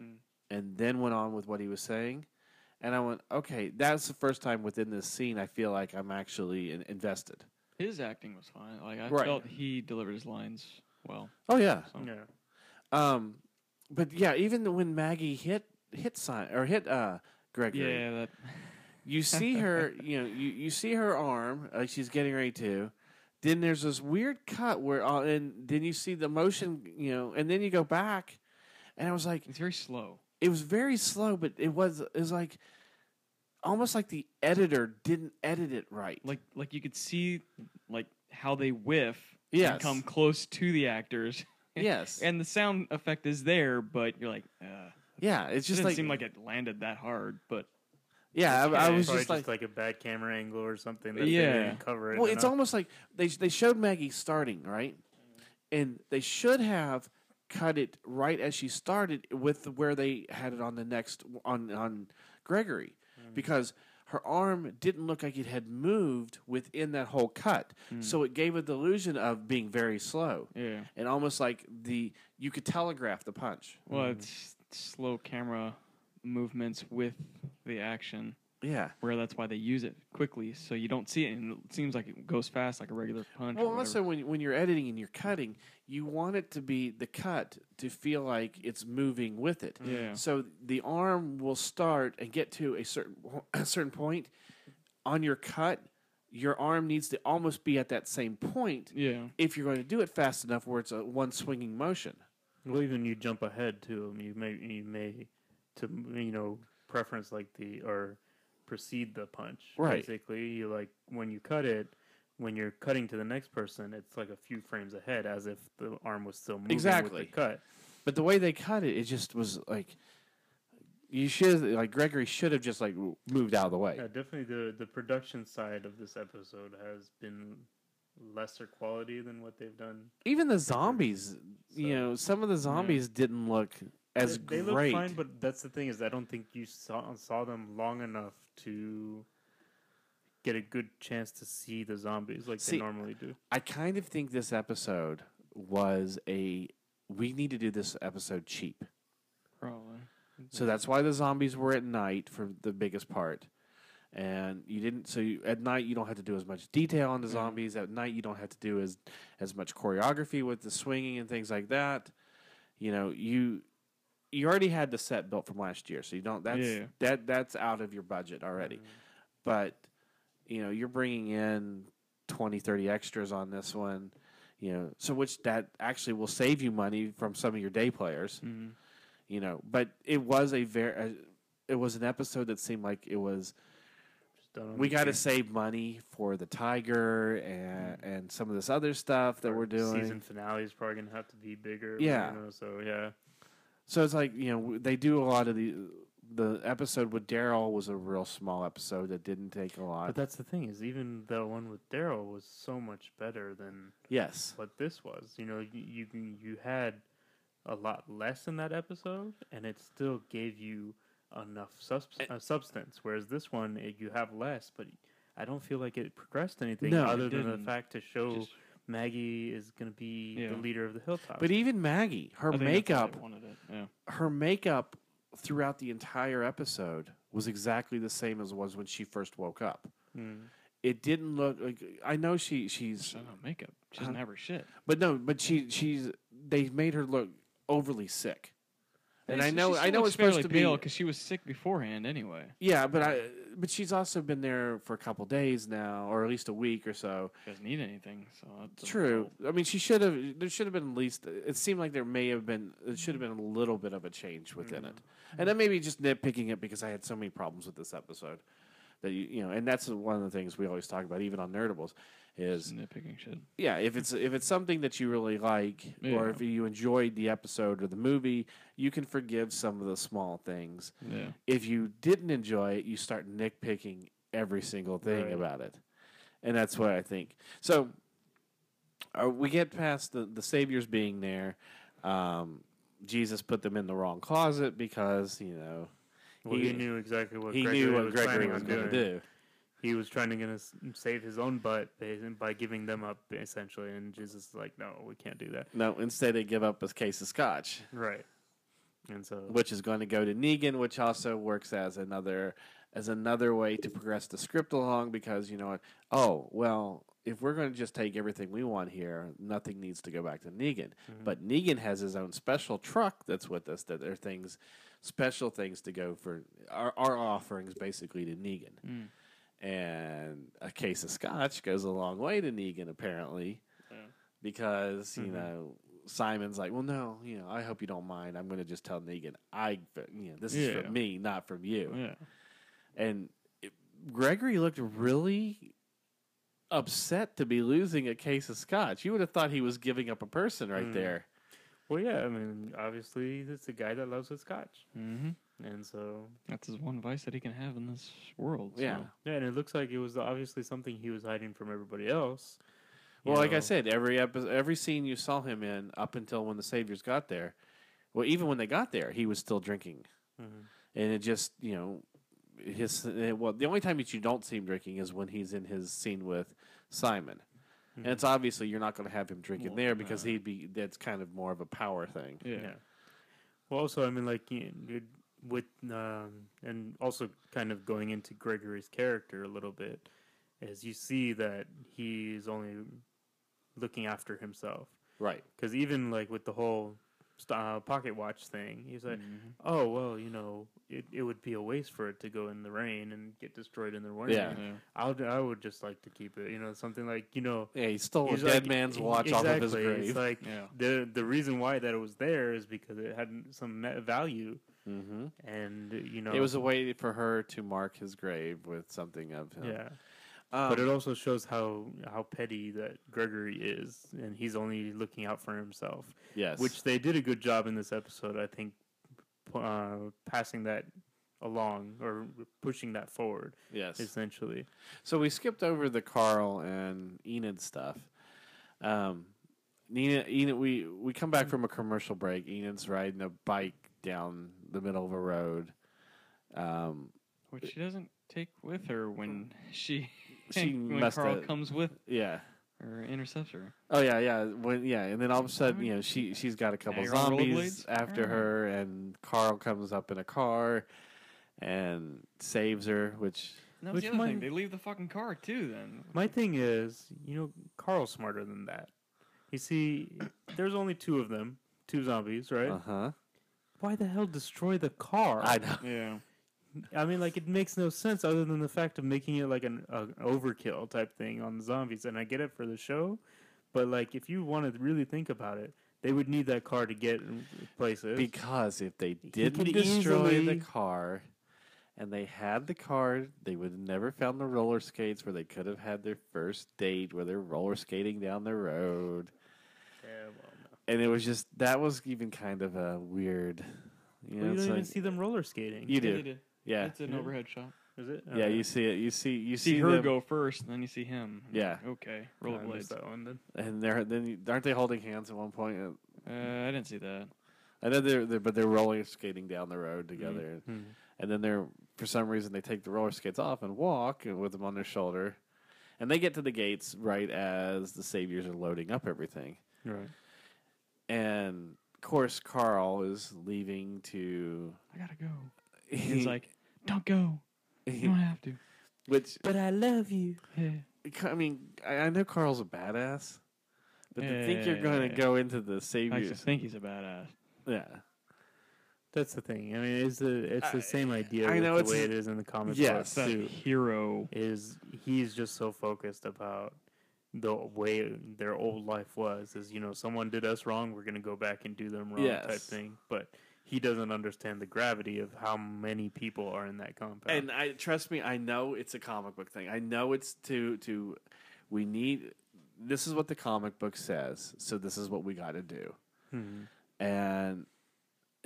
Speaker 1: Mm. and then went on with what he was saying. And I went, okay, that's the first time within this scene I feel like I'm actually in- invested.
Speaker 6: His acting was fine. Like I
Speaker 1: Right.
Speaker 6: felt he delivered his lines well.
Speaker 1: Oh yeah,
Speaker 6: So.
Speaker 7: Yeah.
Speaker 1: Um, but yeah, even when Maggie hit hit sign or hit uh Gregory,
Speaker 6: Yeah, that
Speaker 1: you see her, you know, you, you see her arm, like she's getting ready to. Then there's this weird cut where, uh, and then you see the motion, you know, and then you go back, and I was like,
Speaker 6: it's very slow.
Speaker 1: it was very slow, but it was it was like almost like the editor didn't edit it right.
Speaker 6: Like like you could see like how they whiff
Speaker 1: Yes.
Speaker 6: and come close to the actors.
Speaker 1: yes,
Speaker 6: And the sound effect is there, but you're like, uh,
Speaker 1: yeah, it's
Speaker 6: just
Speaker 1: just
Speaker 6: didn't
Speaker 1: like,
Speaker 6: seem like it landed that hard. But
Speaker 1: yeah, I, I
Speaker 6: okay.
Speaker 1: was
Speaker 7: Probably
Speaker 1: just
Speaker 7: just
Speaker 1: like,
Speaker 7: like, a bad camera angle or something. That yeah,
Speaker 6: Yeah.
Speaker 7: they didn't cover it.
Speaker 1: Well, it's
Speaker 7: enough.
Speaker 1: almost like they they showed Maggie starting right, and they should have cut it right as she started with where they had it on the next on on Gregory, because her arm didn't look like it had moved within that whole cut, so it gave a delusion of being very slow
Speaker 6: yeah,
Speaker 1: and almost like the you could telegraph the punch.
Speaker 6: well, it's slow camera movements with the action.
Speaker 1: Yeah.
Speaker 6: where that's why they use it quickly, so you don't see it, and it seems like it goes fast, like a regular punch.
Speaker 1: Well,
Speaker 6: or
Speaker 1: also when when you're editing and you're cutting, you want it to be the cut to feel like it's moving with it.
Speaker 7: Mm-hmm.
Speaker 6: Yeah.
Speaker 1: So the arm will start and get to a certain a certain point on your cut. Your arm needs to almost be at that same point
Speaker 6: whatever. yeah,
Speaker 1: if you're going to do it fast enough, where it's a one swinging motion.
Speaker 7: well, even you jump ahead to him. You may you may to you know preference like the or precede the punch.
Speaker 1: Right.
Speaker 7: Basically, you like when you cut it. When you're cutting to the next person, it's like a few frames ahead, as if the arm was still moving
Speaker 1: Exactly.
Speaker 7: with the cut.
Speaker 1: But the way they cut it, it just was like you should like Gregory should have just like moved out of the way.
Speaker 7: Yeah, definitely the the production side of this episode has been lesser quality than what they've done.
Speaker 1: Even the zombies, you
Speaker 7: So-
Speaker 1: know, some of the zombies didn't look as
Speaker 7: they, they
Speaker 1: great.
Speaker 7: look fine, but that's the thing is I don't think you saw saw them long enough to get a good chance to see the zombies like
Speaker 1: See,
Speaker 7: they normally do.
Speaker 1: I kind of think this episode was a we need to do this episode cheap.
Speaker 6: probably. Mm-hmm.
Speaker 1: So that's why the zombies were at night for the biggest part. And you didn't so you, at night you don't have to do as much detail on the
Speaker 6: Mm-hmm.
Speaker 1: zombies. At night you don't have to do as as much choreography with the swinging and things like that. You know, you you already had the set built from last year, so you don't that's
Speaker 6: Yeah.
Speaker 1: that that's out of your budget already.
Speaker 7: Mm.
Speaker 1: But you know, you're bringing in 20 30 extras on this one, you know. So which that actually will save you money from some of your day players
Speaker 6: Mhm.
Speaker 1: you know but it was a very it was an episode that seemed like it was
Speaker 7: Just done on
Speaker 1: we
Speaker 7: the
Speaker 1: got to
Speaker 7: cheap
Speaker 1: save money for the tiger and
Speaker 6: Mm-hmm.
Speaker 1: and some of this other stuff that
Speaker 7: part.
Speaker 1: we're doing.
Speaker 7: Season finale is probably gonna have to be bigger.
Speaker 1: Yeah.
Speaker 7: You know, so yeah.
Speaker 1: So it's like you know w- they do a lot of the the episode with Daryl was a real small episode that didn't take a
Speaker 7: But
Speaker 1: lot.
Speaker 7: that's the thing is, even the one with Daryl was so much better than
Speaker 1: yes,
Speaker 7: what this was. You know, y- you you, you had a lot less in that episode, and it still gave you enough subs-
Speaker 1: Eh.
Speaker 7: uh, substance. Whereas this one, it, you have less, but I don't feel like it progressed anything
Speaker 1: No, it
Speaker 7: other than the
Speaker 6: didn't.
Speaker 7: fact to show
Speaker 6: Just-
Speaker 7: Maggie is going to be the
Speaker 6: Yeah.
Speaker 7: leader of the Hilltop.
Speaker 1: but even Maggie, her
Speaker 6: I think that's why they
Speaker 1: makeup,
Speaker 6: wanted it, yeah.
Speaker 1: her makeup throughout the entire episode was exactly the same as it was when she first woke up.
Speaker 7: Mm.
Speaker 1: It didn't look like I know she she's
Speaker 6: I don't know, makeup. She doesn't
Speaker 1: Huh?
Speaker 6: have her shit.
Speaker 1: but no but she she's they made her look overly sick. And I
Speaker 6: she-
Speaker 1: know-
Speaker 6: she
Speaker 1: I know
Speaker 6: looks
Speaker 1: it's supposed
Speaker 6: fairly
Speaker 1: to be-
Speaker 6: pale because she was sick beforehand anyway.
Speaker 1: Yeah, but I but she's also been there for a couple days now or at least a week or so.
Speaker 6: She doesn't need anything, so that's a
Speaker 1: True.
Speaker 6: result.
Speaker 1: I mean, she should have. There should have been at least. It seemed like there may have been. It should have been a little bit of a change within it, and that may be just nitpicking it because I had so many problems with this episode. That you, you know, and that's one of the things we always talk about, even on Nerdables,
Speaker 6: Just
Speaker 1: is
Speaker 6: nitpicking shit.
Speaker 1: yeah, if it's if it's something that you really like, or
Speaker 6: Yeah.
Speaker 1: if you enjoyed the episode or the movie, you can forgive some of the small things.
Speaker 6: Yeah.
Speaker 1: If you didn't enjoy it, you start nitpicking every single thing
Speaker 7: Right.
Speaker 1: about it, and that's what I think. So uh, we get past the, the saviors being there. Um, Jesus put them in the wrong closet because you know
Speaker 7: Well, he,
Speaker 1: he-
Speaker 7: knew exactly what
Speaker 1: he
Speaker 7: Gregory
Speaker 1: knew what
Speaker 7: was
Speaker 1: Gregory
Speaker 7: planning
Speaker 1: was
Speaker 7: on
Speaker 1: going to
Speaker 7: doing.
Speaker 1: do.
Speaker 7: He was trying to gonna s- save his own butt by, by giving them up essentially, and Jesus is like, "No, we can't do that."
Speaker 1: No, instead they give up a case of scotch,
Speaker 7: Right. And so
Speaker 1: which is going to go to Negan, which also works as another as another way to progress the script along because you know what? Oh well, if we're going to just take everything we want here, nothing needs to go back to Negan.
Speaker 6: Mm-hmm.
Speaker 1: But Negan has his own special truck that's with us. That are things, special things to go for our, our offerings basically to Negan.
Speaker 6: Mm.
Speaker 1: And a case of scotch goes a long way to Negan apparently,
Speaker 6: Yeah. Mm-hmm.
Speaker 1: because you
Speaker 7: Mhm.
Speaker 1: know Simon's like, well, no, you know, I hope you don't mind. I'm going to just tell Negan, I, you know, this is
Speaker 6: Yeah.
Speaker 1: from me, not from you.
Speaker 6: Yeah.
Speaker 1: And it, Gregory looked really upset to be losing a case of scotch. You would have thought he was giving up a person right
Speaker 7: Mm.
Speaker 1: there.
Speaker 7: Well, yeah, I mean, obviously, it's a guy that loves his scotch,
Speaker 6: Mm-hmm.
Speaker 7: and so
Speaker 6: That's his one vice that he can have in this world. so-
Speaker 1: Yeah.
Speaker 7: yeah, and it looks like it was obviously something he was hiding from everybody else. you
Speaker 1: Well, like I
Speaker 7: know.
Speaker 1: said, every episode, every scene you saw him in, up until when the Saviors got there, well, even when they got there, he was still drinking,
Speaker 7: Mhm.
Speaker 1: and it just you know, his eh, well, the only time that you don't see him drinking is when he's in his scene with Simon, and it's
Speaker 7: Mm-hmm.
Speaker 1: obviously you're not going to have him drinking
Speaker 6: Well,
Speaker 1: there because
Speaker 6: no.
Speaker 1: he'd be that's kind of more of a power thing.
Speaker 6: Yeah.
Speaker 7: yeah. Well, also, I mean, like you- you- with um, and also kind of going into Gregory's character a little bit, as you see that he's only looking after himself.
Speaker 1: Right.
Speaker 7: Because even like with the whole st- uh, pocket watch thing, he's like,
Speaker 6: Mm-hmm.
Speaker 7: "Oh well, you know, it, it would be a waste for it to go in the rain and get destroyed in the rain.
Speaker 1: Yeah.
Speaker 6: Yeah.
Speaker 7: I would I would just like to keep it. You know, something like you know,
Speaker 1: Yeah, he stole
Speaker 7: he's
Speaker 1: Oh, a dead
Speaker 7: like- e,
Speaker 1: man's watch off of his
Speaker 7: exactly,
Speaker 1: grave.
Speaker 7: It's like
Speaker 6: Yeah.
Speaker 7: the the reason why that it was there is because it had some me- value,
Speaker 1: hmm
Speaker 7: and you know,
Speaker 1: It was a way for her to mark his grave with something of him.
Speaker 7: yeah.
Speaker 1: Um,
Speaker 7: but it also shows how how petty that Gregory is, and he's only looking out for himself.
Speaker 1: yes.
Speaker 7: which they did a good job in this episode, I think, p- uh, passing that along or pushing that forward,
Speaker 1: yes.
Speaker 7: essentially.
Speaker 1: So we skipped over the Carl and Enid stuff. Um, Enid, Enid, we we come back from a commercial break. Enid's riding a bike down the middle of a road. Um,
Speaker 6: Which she doesn't take with Uh, her when she,
Speaker 1: She
Speaker 6: when
Speaker 1: must
Speaker 6: Carl
Speaker 1: have-
Speaker 6: comes with
Speaker 1: yeah.
Speaker 6: or intercepts her.
Speaker 1: Oh yeah, yeah. When yeah, and then all of a sudden, you know, she she's got a couple
Speaker 6: you're on
Speaker 1: zombies
Speaker 6: rollerblades?
Speaker 1: after her, and Carl comes up in a car and saves her, which
Speaker 6: And
Speaker 7: Which
Speaker 6: that was the other
Speaker 7: one-
Speaker 6: thing. They leave the fucking car too. Then
Speaker 7: My thing is, you know, Carl's smarter than that. You see, there's only two of them, two zombies, right?
Speaker 1: uh huh.
Speaker 7: Why the hell destroy the car?
Speaker 1: I know.
Speaker 6: yeah,
Speaker 7: I mean, like, it makes no sense other than the fact of making it like an, an overkill type thing on the zombies. And I get it for the show, but like, if you want to really think about it, they would need that car to get in places.
Speaker 1: Because if they
Speaker 7: could
Speaker 1: didn't destroy the
Speaker 7: easily-
Speaker 1: car, and they had the card. They would have never found the roller skates where they could have had their first date where they're roller skating down the road.
Speaker 7: Yeah, well, no.
Speaker 1: And it was just that was even kind of a weird. You know,
Speaker 7: Well, you
Speaker 1: it's
Speaker 7: don't even
Speaker 1: like-
Speaker 7: see them roller skating.
Speaker 1: You
Speaker 6: Yeah,
Speaker 1: do.
Speaker 6: they did.
Speaker 1: yeah,
Speaker 6: It's an
Speaker 7: Yeah.
Speaker 6: overhead shot.
Speaker 7: Is it?
Speaker 1: yeah.
Speaker 7: Okay.
Speaker 1: You see it. You see you
Speaker 6: You see,
Speaker 1: see
Speaker 6: her
Speaker 1: them-
Speaker 6: go first, and then you see him.
Speaker 1: Yeah.
Speaker 6: Okay.
Speaker 7: I missed
Speaker 6: Rollerblades.
Speaker 7: that one then.
Speaker 1: and they're then you- aren't they holding hands at one point? Uh,
Speaker 6: Uh, I didn't see that.
Speaker 1: I know they're, they're but they're roller skating down the road
Speaker 7: Mm-hmm.
Speaker 1: together, and then they're for some reason they take the roller skates off and walk and with them on their shoulder, and they get to the gates right as the saviors are loading up everything,
Speaker 7: Right.
Speaker 1: and of course Carl is leaving to.
Speaker 6: I gotta go. He's like, don't go. You
Speaker 1: he-
Speaker 6: don't have to.
Speaker 1: which
Speaker 7: But I love you.
Speaker 6: Yeah.
Speaker 1: I mean, I, I know Carl's a badass, but to think you're going to
Speaker 6: Yeah.
Speaker 1: go into the
Speaker 6: I used to
Speaker 1: saviors,
Speaker 6: think he's a badass.
Speaker 1: yeah.
Speaker 7: That's the thing. I mean, it's the it's the same idea.
Speaker 1: I
Speaker 7: I
Speaker 1: know
Speaker 7: know the
Speaker 1: it's-
Speaker 7: way it is in the comic books
Speaker 1: Yes.
Speaker 6: That
Speaker 7: too.
Speaker 6: hero.
Speaker 7: Is he's just so focused about the way their old life was? Is you know someone did us wrong, we're gonna go back and do them wrong type
Speaker 1: Yes.
Speaker 7: thing. But he doesn't understand the gravity of how many people are in that compound.
Speaker 1: and I trust me, I know it's a comic book thing. I know it's to to we need this is what the comic book says, so this is what we got to do. Hmm.
Speaker 7: Mhm.
Speaker 1: And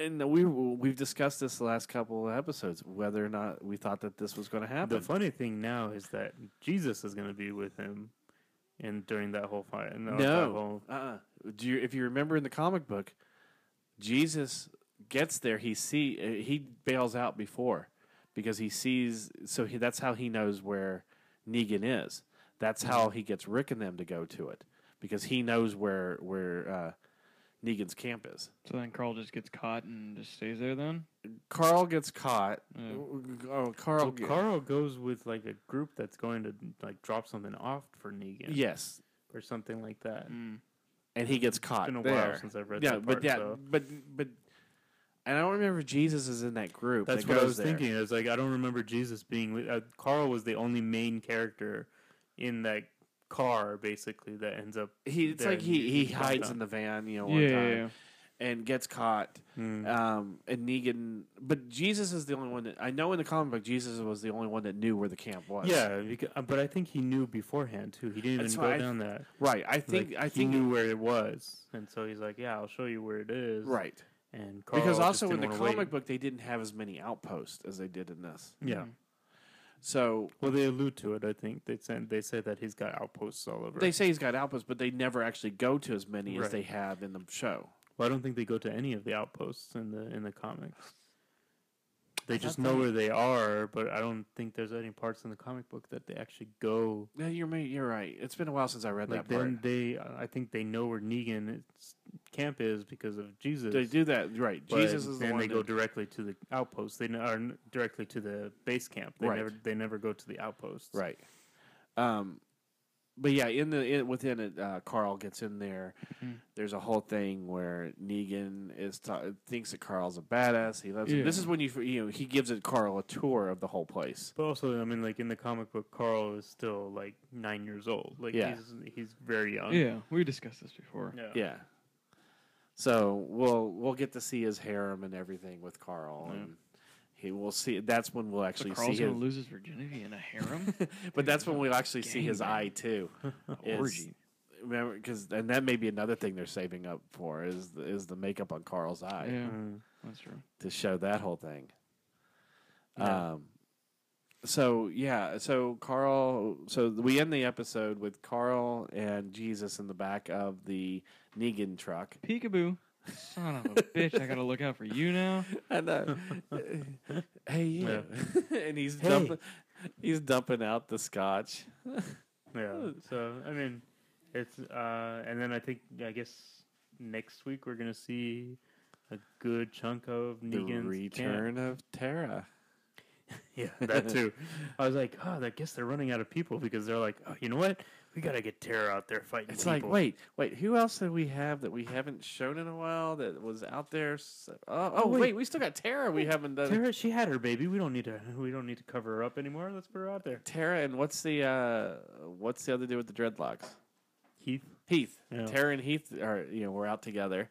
Speaker 1: and we we've discussed this the last couple of episodes whether or not we thought that this was going to happen.
Speaker 7: the funny thing now is that Jesus is gonna be with him, and during that whole fight, and that
Speaker 1: no,
Speaker 7: whole-
Speaker 1: uh-uh. do you if you remember in the comic book, Jesus gets there. He see uh, he bails out before because he sees. So he, that's how he knows where Negan is. That's how he gets Rick and them to go to it because he knows where where uh, Negan's camp is.
Speaker 6: So then Carl just gets caught and just stays there then? Uh,
Speaker 1: Carl gets caught.
Speaker 6: Yeah.
Speaker 1: Oh, Carl.
Speaker 7: Well,
Speaker 1: get-
Speaker 7: Carl goes with like a group that's going to like drop something off for Negan,
Speaker 1: Yes,
Speaker 7: or something like that.
Speaker 6: Mm.
Speaker 1: and he gets caught.
Speaker 7: been a while
Speaker 1: there.
Speaker 7: since I've read
Speaker 1: Yeah,
Speaker 7: that
Speaker 1: but
Speaker 7: part,
Speaker 1: yeah,
Speaker 7: so.
Speaker 1: but but. And I don't remember if Jesus is in that group.
Speaker 7: That's
Speaker 1: that
Speaker 7: what I
Speaker 1: goes
Speaker 7: was
Speaker 1: there.
Speaker 7: thinking. I was like, I don't remember Jesus being with. Uh, Carl was the only main character in that car, basically, that ends up.
Speaker 1: he it's
Speaker 7: there
Speaker 1: like
Speaker 7: in
Speaker 1: he, he
Speaker 7: Negan's
Speaker 1: hides in
Speaker 7: compound.
Speaker 1: the van, you know,
Speaker 6: Yeah,
Speaker 1: one
Speaker 6: yeah,
Speaker 1: time
Speaker 6: yeah.
Speaker 1: and gets caught.
Speaker 7: Hmm.
Speaker 1: Um, and Negan, but Jesus is the only one that I know in the comic book. Jesus was the only one that knew where the camp was.
Speaker 7: Yeah, because, uh, but I think he knew beforehand too. He didn't
Speaker 1: That's
Speaker 7: even
Speaker 1: why
Speaker 7: go
Speaker 1: I
Speaker 7: down that.
Speaker 1: right. I think
Speaker 7: Like,
Speaker 1: I think
Speaker 7: he knew where it was, and so he's like, "Yeah, I'll show you where it is."
Speaker 1: right
Speaker 7: and Carl
Speaker 1: because
Speaker 7: just
Speaker 1: also
Speaker 7: didn't
Speaker 1: in the
Speaker 7: wanna wait. Mm-hmm.
Speaker 1: comic book they didn't have as many outposts as they did in this.
Speaker 7: yeah.
Speaker 1: So
Speaker 7: Well, they allude to it. I think they said they say that he's got outposts all over.
Speaker 1: they say he's got outposts, but they never actually go to as many as
Speaker 7: Right.
Speaker 1: they have in the show.
Speaker 7: Well, I don't think they go to any of the outposts in the in the comics. They just
Speaker 1: thought
Speaker 7: know
Speaker 1: they-
Speaker 7: where they are, but I don't think there's any parts in the comic book that they actually go.
Speaker 1: Yeah, you're ma- you're right. It's been a while since I read
Speaker 7: Like
Speaker 1: that part.
Speaker 7: then they, I think they know where Negan's camp is because of Jesus.
Speaker 1: They do that right.
Speaker 7: but
Speaker 1: Jesus is the
Speaker 7: then
Speaker 1: one.
Speaker 7: they go
Speaker 1: that-
Speaker 7: directly to the outpost. They n- are n- directly to the base camp. They
Speaker 1: Right.
Speaker 7: never they never go to the outposts.
Speaker 1: Right. Um, but yeah, in the in, within it, uh, Carl gets in there.
Speaker 6: Mm-hmm.
Speaker 1: There's a whole thing where Negan is ta- thinks that Carl's a badass. He loves him. This
Speaker 6: Yeah.
Speaker 1: is when you you know he gives it Carl a tour of the whole place.
Speaker 7: But also, I mean, like in the comic book, Carl is still like nine years old. Like
Speaker 1: Yeah.
Speaker 7: he's he's very young.
Speaker 6: Yeah, we discussed this before.
Speaker 7: Yeah.
Speaker 1: Yeah. So we'll we'll get to see his harem and everything with Carl, and he will see. That's when we'll
Speaker 6: So
Speaker 1: actually see
Speaker 6: Carl's
Speaker 1: his.
Speaker 6: gonna lose his virginity in a harem?
Speaker 1: But that's when we'll actually see his
Speaker 6: gangbang.
Speaker 1: eye too. Is-
Speaker 6: Orgy.
Speaker 1: Remember, because and that may be another thing they're saving up for is the, is the makeup on Carl's eye.
Speaker 6: Yeah,
Speaker 7: Mm.
Speaker 6: that's true.
Speaker 1: to show that whole thing.
Speaker 7: Yeah.
Speaker 1: Um, so yeah, so Carl, so we end the episode with Carl and Jesus in the back of the Negan truck.
Speaker 6: Peekaboo. Son of a bitch, I gotta look out for you now.
Speaker 1: I know. hey, yeah, and he's
Speaker 7: Hey.
Speaker 1: dumping, he's dumping out the scotch.
Speaker 7: Yeah. So I mean, it's uh, and then I think I guess next week we're gonna see a good chunk of
Speaker 1: The
Speaker 7: Negan's
Speaker 1: return
Speaker 7: camp.
Speaker 1: of Terra.
Speaker 7: Yeah, that too. I was like, oh, I guess they're running out of people because they're like, oh, you know what? We gotta get Tara out there fighting.
Speaker 1: It's like,
Speaker 7: people.
Speaker 1: wait, wait, who else did we have that we haven't shown in a while that was out there? s- Oh, oh, wait.
Speaker 7: wait.
Speaker 1: we still got Terra. We haven't done
Speaker 7: Tara, she had her baby. We don't need to. We don't need to cover her up anymore. Let's put her out there.
Speaker 1: Tara and what's the uh, what's the other dude with the dreadlocks?
Speaker 7: Keith.
Speaker 1: Heath.
Speaker 7: Yeah.
Speaker 1: Tara and Heath are you know we're out together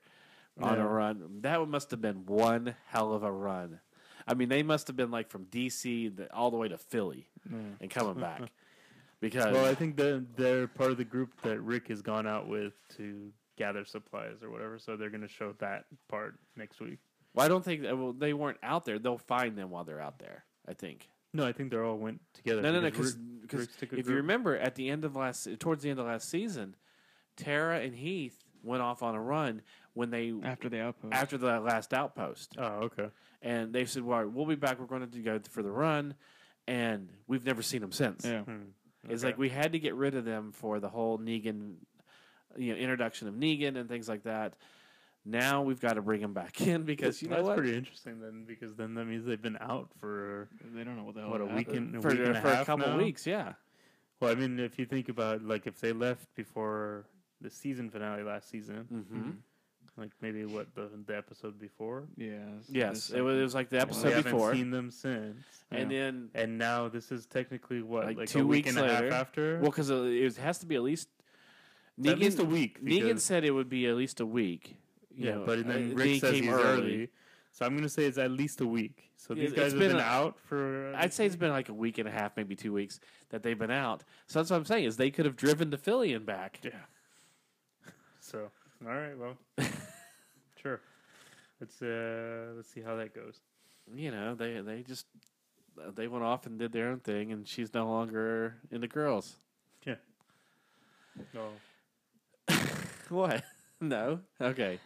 Speaker 1: on
Speaker 7: Yeah.
Speaker 1: a run. That one must have been one hell of a run. I mean, they must have been like from DC the, all the way to Philly and coming back because
Speaker 7: Mm. Well, I think that they're part of the group that Rick has gone out with to gather supplies or whatever. So they're going to show that part next week.
Speaker 1: well, I don't think well, they weren't out there. They'll find them while they're out there. I think.
Speaker 7: No, I think they all went together.
Speaker 1: No, no, no.
Speaker 7: because
Speaker 1: Because
Speaker 7: Rick- Rick's took a
Speaker 1: if you
Speaker 7: group.
Speaker 1: remember, at the end of last, towards the end of last season, Tara and Heath went off on a run when they
Speaker 6: after the outpost.
Speaker 1: after the last outpost,
Speaker 7: Oh, okay.
Speaker 1: and they said, "Well, we'll be back. We're going to go for the run," and we've never seen them since.
Speaker 6: yeah,
Speaker 1: Hmm. It's
Speaker 7: Okay.
Speaker 1: like we had to get rid of them for the whole Negan, you know, introduction of Negan and things like that. Now we've got to bring them back in because you know
Speaker 7: That's
Speaker 1: what?
Speaker 7: pretty interesting then, because then that means they've been out for
Speaker 6: they don't know what the hell.
Speaker 7: what a
Speaker 6: happened.
Speaker 7: weekend, a
Speaker 1: for
Speaker 7: week and
Speaker 1: for a
Speaker 7: half
Speaker 1: couple
Speaker 7: now?
Speaker 1: weeks, yeah.
Speaker 7: Well, I mean, if you think about like if they left before the season finale last season,
Speaker 1: Mm-hmm.
Speaker 7: like maybe what the the episode before.
Speaker 6: Yeah. it's
Speaker 1: Yes,
Speaker 6: this
Speaker 1: it was, it was like the
Speaker 7: We
Speaker 1: episode
Speaker 7: haven't
Speaker 1: before,
Speaker 7: seen them since,
Speaker 1: and then
Speaker 7: and now this is technically what
Speaker 1: Like
Speaker 7: like,
Speaker 1: two
Speaker 7: a week
Speaker 1: weeks
Speaker 7: and a half
Speaker 1: later.
Speaker 7: after.
Speaker 1: well, because it was- has to be at least Negan,
Speaker 7: at least a week.
Speaker 1: Negan
Speaker 7: because-
Speaker 1: said it would be at least a week. you
Speaker 7: yeah,
Speaker 1: know,
Speaker 7: but then
Speaker 1: uh,
Speaker 7: Rick
Speaker 1: he
Speaker 7: says
Speaker 1: came
Speaker 7: he's early. so I'm gonna say it's at least a week. So
Speaker 1: Yeah,
Speaker 7: these
Speaker 1: it's
Speaker 7: guys have
Speaker 1: been
Speaker 7: been
Speaker 1: a-
Speaker 7: out for. uh,
Speaker 1: I'd say it's been like a week and a half, maybe two weeks that they've been out. So that's what I'm saying is they could have driven to Philly and back.
Speaker 7: yeah. So all right, well, sure. Let's uh let's see how that goes.
Speaker 1: you know, they they just uh, they went off and did their own thing, and she's no longer into girls.
Speaker 7: Yeah. No.
Speaker 1: What? No. Okay.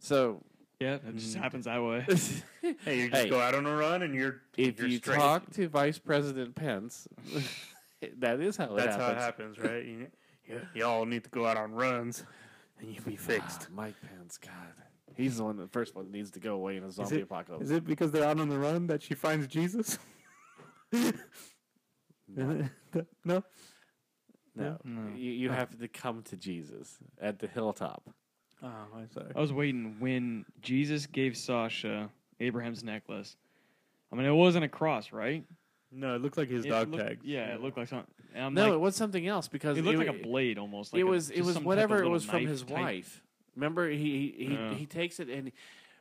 Speaker 1: So
Speaker 6: Yeah, it
Speaker 1: Mm.
Speaker 6: just happens that way.
Speaker 1: if
Speaker 7: Hey, you just
Speaker 1: Hey.
Speaker 7: go out on a run and you're you're
Speaker 1: you
Speaker 7: straight.
Speaker 1: talk to Vice President Pence, that is how it
Speaker 7: that's
Speaker 1: happens.
Speaker 7: how it happens, right? You, you, you all need to go out on runs, and you'll be fixed.
Speaker 1: Ah, Mike Pence, God, he's the one, the first one that needs to go away in a zombie apocalypse.
Speaker 7: it because they're out on the run that she finds Jesus? no.
Speaker 1: no,
Speaker 6: No.
Speaker 1: you, you have to come to Jesus at the hilltop.
Speaker 7: Oh, I'm sorry.
Speaker 6: I was waiting when Jesus gave Sasha Abraham's necklace. I mean, it wasn't a cross, right?
Speaker 7: No, it looked like his
Speaker 6: It
Speaker 7: dog
Speaker 6: looked-
Speaker 7: tag.
Speaker 6: Yeah, it looked like something. And I'm
Speaker 1: No,
Speaker 6: like,
Speaker 1: it was something else because
Speaker 6: It looked
Speaker 1: it-
Speaker 6: like a blade almost. Like
Speaker 1: it
Speaker 6: a-
Speaker 1: was it
Speaker 6: just
Speaker 1: was
Speaker 6: some type
Speaker 1: whatever
Speaker 6: of
Speaker 1: it
Speaker 6: little
Speaker 1: was from
Speaker 6: knife
Speaker 1: his
Speaker 6: type-
Speaker 1: wife. Remember, he he,
Speaker 6: Yeah.
Speaker 1: he he takes it and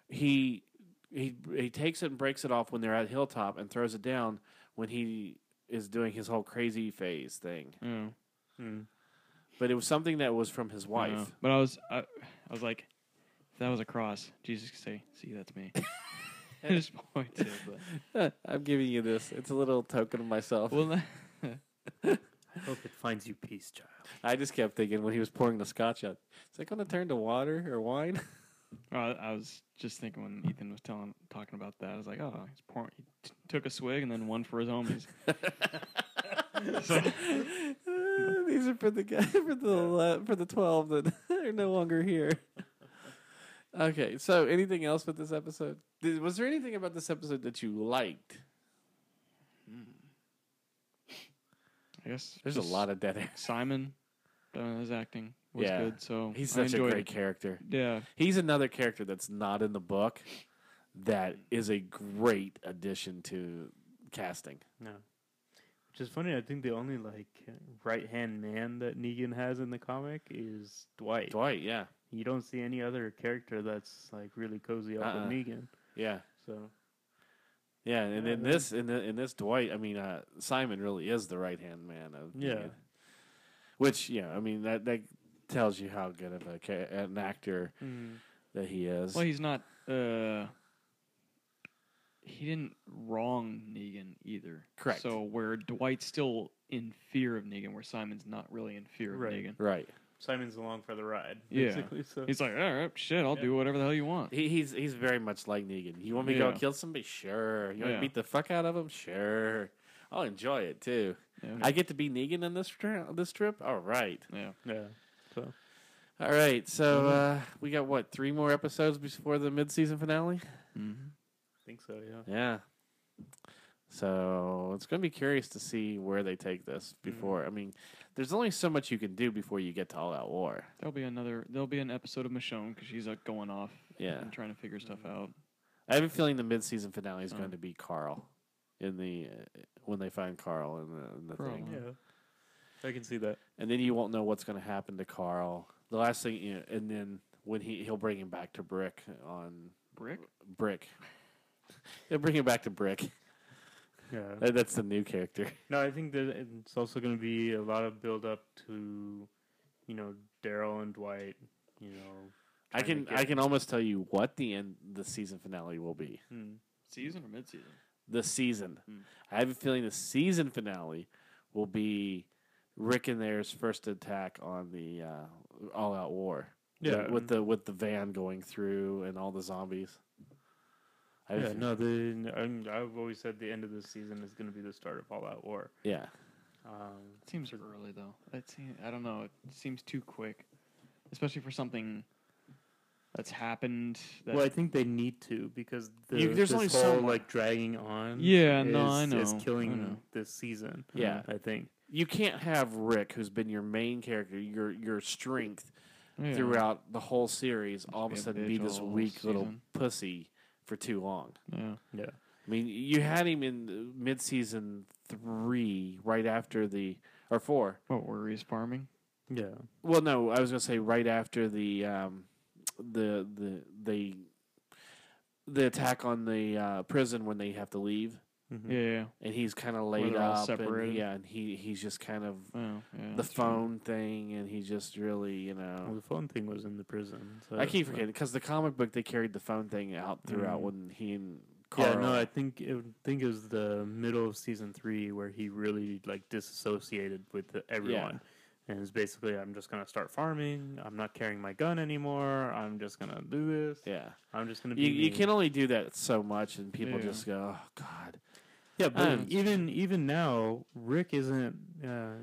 Speaker 1: he he he takes it and breaks it off when they're at Hilltop and throws it down when he is doing his whole crazy phase thing.
Speaker 6: Yeah.
Speaker 1: But it was something that was from his wife.
Speaker 6: Yeah. But I was I, I was like, if that was a cross, Jesus could say, "See, that's me." I just pointed. But,
Speaker 1: I'm giving you this. It's a little token of myself.
Speaker 6: well,
Speaker 7: Hope it finds you peace, child.
Speaker 1: I just kept thinking when he was pouring the scotch out, is that going to turn to water or wine?
Speaker 6: I, I was just thinking when Ethan was telling talking about that, I was like, "Oh, he's pouring." He t- took a swig and then one for his homies.
Speaker 1: These are for the guy for the le- for the twelve that are no longer here. Okay, so anything else with this episode? Did, was there anything about this episode that you liked?
Speaker 6: I guess
Speaker 1: There's a
Speaker 6: just
Speaker 1: lot of dead air.
Speaker 6: Simon, uh, his acting was
Speaker 1: Yeah.
Speaker 6: good. So
Speaker 1: He's
Speaker 6: I
Speaker 1: such a
Speaker 6: enjoyed
Speaker 1: great
Speaker 6: it.
Speaker 1: character.
Speaker 6: Yeah,
Speaker 1: He's another character that's not in the book that is a great addition to casting.
Speaker 7: No. Which is funny. I think the only like right hand man that Negan has in the comic is Dwight.
Speaker 1: Dwight, yeah.
Speaker 7: You don't see any other character that's like really cozy up
Speaker 1: Uh-uh.
Speaker 7: with Negan.
Speaker 1: Yeah.
Speaker 7: So
Speaker 1: Yeah, and
Speaker 7: Yeah,
Speaker 1: in
Speaker 7: man.
Speaker 1: this, in, the, in this Dwight, I mean, uh, Simon really is the right hand man of
Speaker 7: Yeah.
Speaker 1: Negan. which yeah, I mean that that tells you how good of a ca- an actor that he is.
Speaker 6: Well, he's not. Uh, he didn't wrong Negan either.
Speaker 1: Correct.
Speaker 6: So where Dwight's still in fear of Negan, where Simon's not really in fear of
Speaker 7: Right.
Speaker 6: Negan.
Speaker 1: right,
Speaker 7: Simon's along for the ride.
Speaker 6: Yeah.
Speaker 7: Basically. So
Speaker 6: He's like, all right, shit, I'll do whatever the hell you want.
Speaker 1: he, he's he's very much like Negan. You want me to
Speaker 6: Yeah.
Speaker 1: go kill somebody? Sure. You want
Speaker 6: Yeah.
Speaker 1: to beat the fuck out of him? Sure. I'll enjoy it too.
Speaker 6: Yeah.
Speaker 1: I get to be Negan in this tri- this trip. All right,
Speaker 6: yeah.
Speaker 7: yeah. So
Speaker 1: all right. So uh,
Speaker 6: Mm-hmm.
Speaker 1: we got what three more episodes before the mid season finale? Mm-hmm.
Speaker 7: I think so, yeah.
Speaker 1: Yeah. So it's going to be curious to see where they take this before. I mean, there's only so much you can do before you get to all out war.
Speaker 6: There'll be another. There'll be an episode of Michonne because she's like going off.
Speaker 1: Yeah. Mm-hmm.
Speaker 6: And trying to figure stuff out.
Speaker 1: I have a feeling the mid-season finale is going to be Carl in the uh, when they find Carl in the, in the thing,
Speaker 6: Probably.
Speaker 7: I can see that.
Speaker 1: and then you won't know what's going to happen to Carl. The last thing, you know, and then when he he'll bring him back to Brick on
Speaker 6: Brick.
Speaker 1: Brick. They're bringing back to Brick.
Speaker 7: Yeah.
Speaker 1: That- That's the new character.
Speaker 7: No, I think that it's also going to be a lot of build up to, you know, Daryl and Dwight. You know,
Speaker 1: I
Speaker 7: trying
Speaker 1: can
Speaker 7: to
Speaker 1: I
Speaker 7: get-
Speaker 1: can almost tell you what the end the season finale will be.
Speaker 7: hmm,
Speaker 6: Season or mid season?
Speaker 1: The season.
Speaker 6: Mm.
Speaker 1: I have a feeling the season finale will be Rick and their's first attack on the uh, all out war.
Speaker 7: Yeah.
Speaker 1: with the with the van going through and all the zombies. I have a
Speaker 7: yeah.
Speaker 1: feeling-
Speaker 7: No, the I'm, I've always said the end of this season is going to be the start of All Out War.
Speaker 1: yeah.
Speaker 7: Um,
Speaker 6: It seems early though. It seems, I don't know. It seems too quick, especially for something that's happened. That,
Speaker 7: well, I think they need to because the,
Speaker 1: You- there's
Speaker 7: this
Speaker 1: only so
Speaker 7: whole
Speaker 1: mu-
Speaker 7: like dragging on.
Speaker 6: Yeah, no, I
Speaker 7: is- Is
Speaker 6: know, I
Speaker 7: killing
Speaker 6: know.
Speaker 7: this season.
Speaker 1: Yeah.
Speaker 7: I think.
Speaker 1: You can't have Rick, who's been your main character, your your strength
Speaker 6: Yeah.
Speaker 1: throughout the whole series, all of a
Speaker 6: be a
Speaker 1: sudden be
Speaker 6: bitch
Speaker 1: this
Speaker 6: all
Speaker 1: weak little
Speaker 6: season.
Speaker 1: pussy for too long.
Speaker 6: Yeah.
Speaker 7: Yeah.
Speaker 1: I mean, you had him in mid season three, right after the or four.
Speaker 6: What worries farming?
Speaker 7: Yeah.
Speaker 1: Well, no, I was gonna say right after the um, the the the the attack on the uh, prison when they have to leave,
Speaker 7: Mhm.
Speaker 1: Hmm.
Speaker 6: Yeah. Yeah.
Speaker 1: and he's kind of laid
Speaker 6: they're all
Speaker 1: up, and,
Speaker 6: separated.
Speaker 1: yeah, and he he's just kind of
Speaker 6: Wow, yeah,
Speaker 1: the
Speaker 6: that's true.
Speaker 1: phone thing, and he just really, you
Speaker 7: Well,
Speaker 1: know.
Speaker 7: the phone thing was in the prison. So
Speaker 1: I keep forgetting because the comic book they carried the phone thing out throughout
Speaker 7: Mm.
Speaker 1: when he and
Speaker 7: Yeah,
Speaker 1: Carl.
Speaker 7: no, I think it, would- think it was the middle of season three where he really like disassociated with the- everyone, and it's basically I'm just gonna start farming. I'm not carrying my gun anymore. I'm just gonna do this.
Speaker 1: yeah.
Speaker 7: I'm just gonna be.
Speaker 1: You,
Speaker 7: me."
Speaker 1: you can only do that so much, and people
Speaker 6: Yeah.
Speaker 1: just go, "Oh God."
Speaker 7: yeah, but
Speaker 1: um,
Speaker 7: even even now, Rick isn't. Uh,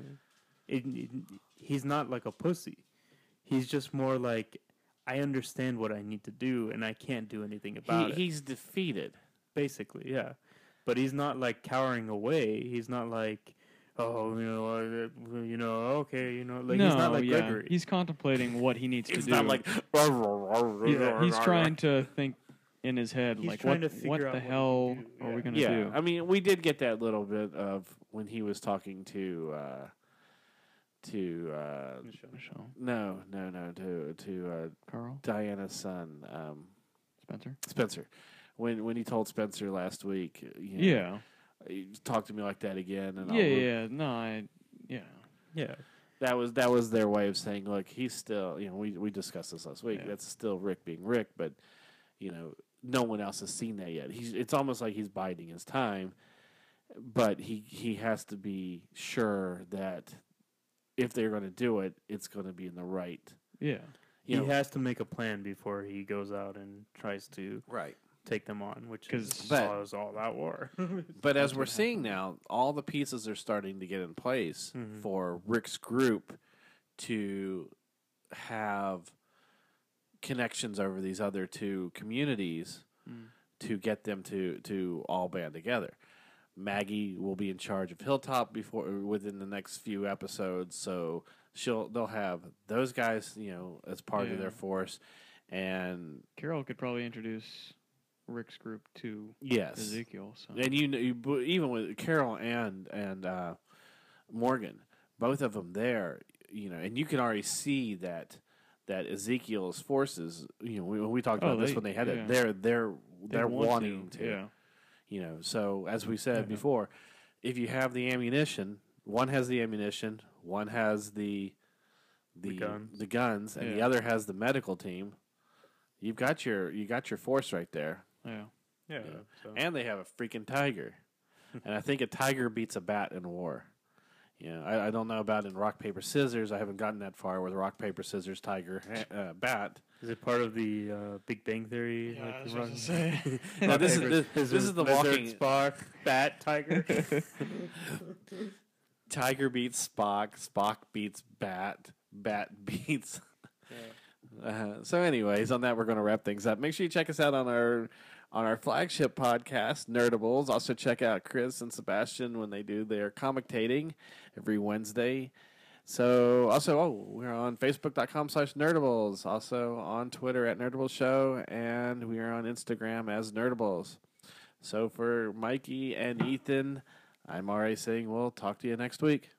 Speaker 7: it, it- he's not like a pussy. He's just more like I understand what I need to do, and I can't do anything about
Speaker 1: He,
Speaker 7: it.
Speaker 1: he's defeated.
Speaker 7: basically, yeah. But he's not like cowering away. He's not like, oh, you know, uh, well, you know, okay, you know, like he's not like
Speaker 6: yeah.
Speaker 7: Gregory.
Speaker 6: He's contemplating what he needs to
Speaker 1: It's
Speaker 6: do.
Speaker 1: not like
Speaker 6: He- uh, he's trying to think in his head,
Speaker 7: He's
Speaker 6: like
Speaker 7: trying to
Speaker 6: what,
Speaker 7: figure
Speaker 6: what
Speaker 7: out
Speaker 6: the
Speaker 7: what he
Speaker 6: hell
Speaker 7: can do,
Speaker 6: are we
Speaker 7: yeah.
Speaker 6: gonna
Speaker 1: yeah,
Speaker 6: do?
Speaker 1: I mean, we did get that little bit of when he was talking to uh, to uh,
Speaker 7: Michelle.
Speaker 6: Michelle,
Speaker 1: no, no, no, to to uh,
Speaker 6: Carl,
Speaker 1: Diana's son, um,
Speaker 6: Spencer.
Speaker 1: Spencer. When when he told Spencer last week, you know,
Speaker 6: Yeah.
Speaker 1: he talked to me like that again, and all
Speaker 6: Yeah.
Speaker 1: the-
Speaker 6: Yeah. No. I. Yeah.
Speaker 7: Yeah,
Speaker 1: that was that was their way of saying, look, he's still, you know, we we discussed this last week.
Speaker 6: Yeah.
Speaker 1: That's still Rick being Rick, but you know, no one else has seen that yet. He's it's almost like he's biding his time, but he he has to be sure that if they're going to do it, it's going to be in the right,
Speaker 6: Yeah.
Speaker 7: he
Speaker 1: you know,
Speaker 7: has to make a plan before he goes out and tries to
Speaker 1: right.
Speaker 7: take them on, which
Speaker 6: 'Cause-
Speaker 7: is
Speaker 1: But-
Speaker 7: all, is all that war.
Speaker 1: But as we're seeing now, all the pieces are starting to get in place
Speaker 6: Mm-hmm.
Speaker 7: Mhm.
Speaker 1: for Rick's group to have connections over these other two communities
Speaker 6: Mm.
Speaker 1: to get them to to all band together. Maggie will be in charge of Hilltop before within the next few episodes, so she'll they'll have those guys, you know, as part of
Speaker 6: Yeah.
Speaker 1: their force. And
Speaker 6: Carol could probably introduce Rick's group to
Speaker 1: yes,
Speaker 6: Ezekiel. So.
Speaker 1: and you know, you- bu- even with Carol and and uh, Morgan, both of them there, you know, and you can already see that that Ezekiel's forces, you know, we, we talked
Speaker 6: Oh,
Speaker 1: about this
Speaker 6: they-
Speaker 1: when they had
Speaker 6: yeah.
Speaker 1: it. They're they're
Speaker 6: They
Speaker 1: they're
Speaker 6: want
Speaker 1: wanting to,
Speaker 6: Yeah.
Speaker 1: you know. So as we said
Speaker 7: Yeah.
Speaker 1: before, if you have the ammunition, one has the ammunition, one has the the
Speaker 7: The guns.
Speaker 1: the guns and the
Speaker 6: Yeah.
Speaker 1: other has the medical team. You've got your you got your force right there
Speaker 6: Yeah.
Speaker 7: yeah,
Speaker 1: Yeah.
Speaker 7: so-
Speaker 1: and they have a freaking tiger. and I think a tiger beats a bat in war. You know, I, I don't know about in rock paper scissors. I haven't gotten that far with rock paper scissors tiger ha- uh, bat.
Speaker 7: is it part of the uh, Big Bang Theory?
Speaker 6: Yeah, I was
Speaker 7: rock-
Speaker 6: about to say.
Speaker 1: No,
Speaker 7: rock,
Speaker 1: this is
Speaker 7: paper,
Speaker 1: this, this
Speaker 7: scissors,
Speaker 1: is the
Speaker 7: lizard,
Speaker 1: walking
Speaker 7: Spock bat tiger.
Speaker 1: tiger beats Spock. Spock beats bat. Bat beats. Uh, so, anyways, on that we're going to wrap things up. Make sure you check us out on our on our flagship podcast, Nerdables. Also, check out Chris and Sebastian when they do their comictating every Wednesday. So, also, oh, we're on Facebook.com slash Nerdables. Also on Twitter at Nerdables Show, and we are on Instagram as Nerdables. So, for Mikey and Ethan, I'm already saying we'll talk to you next week.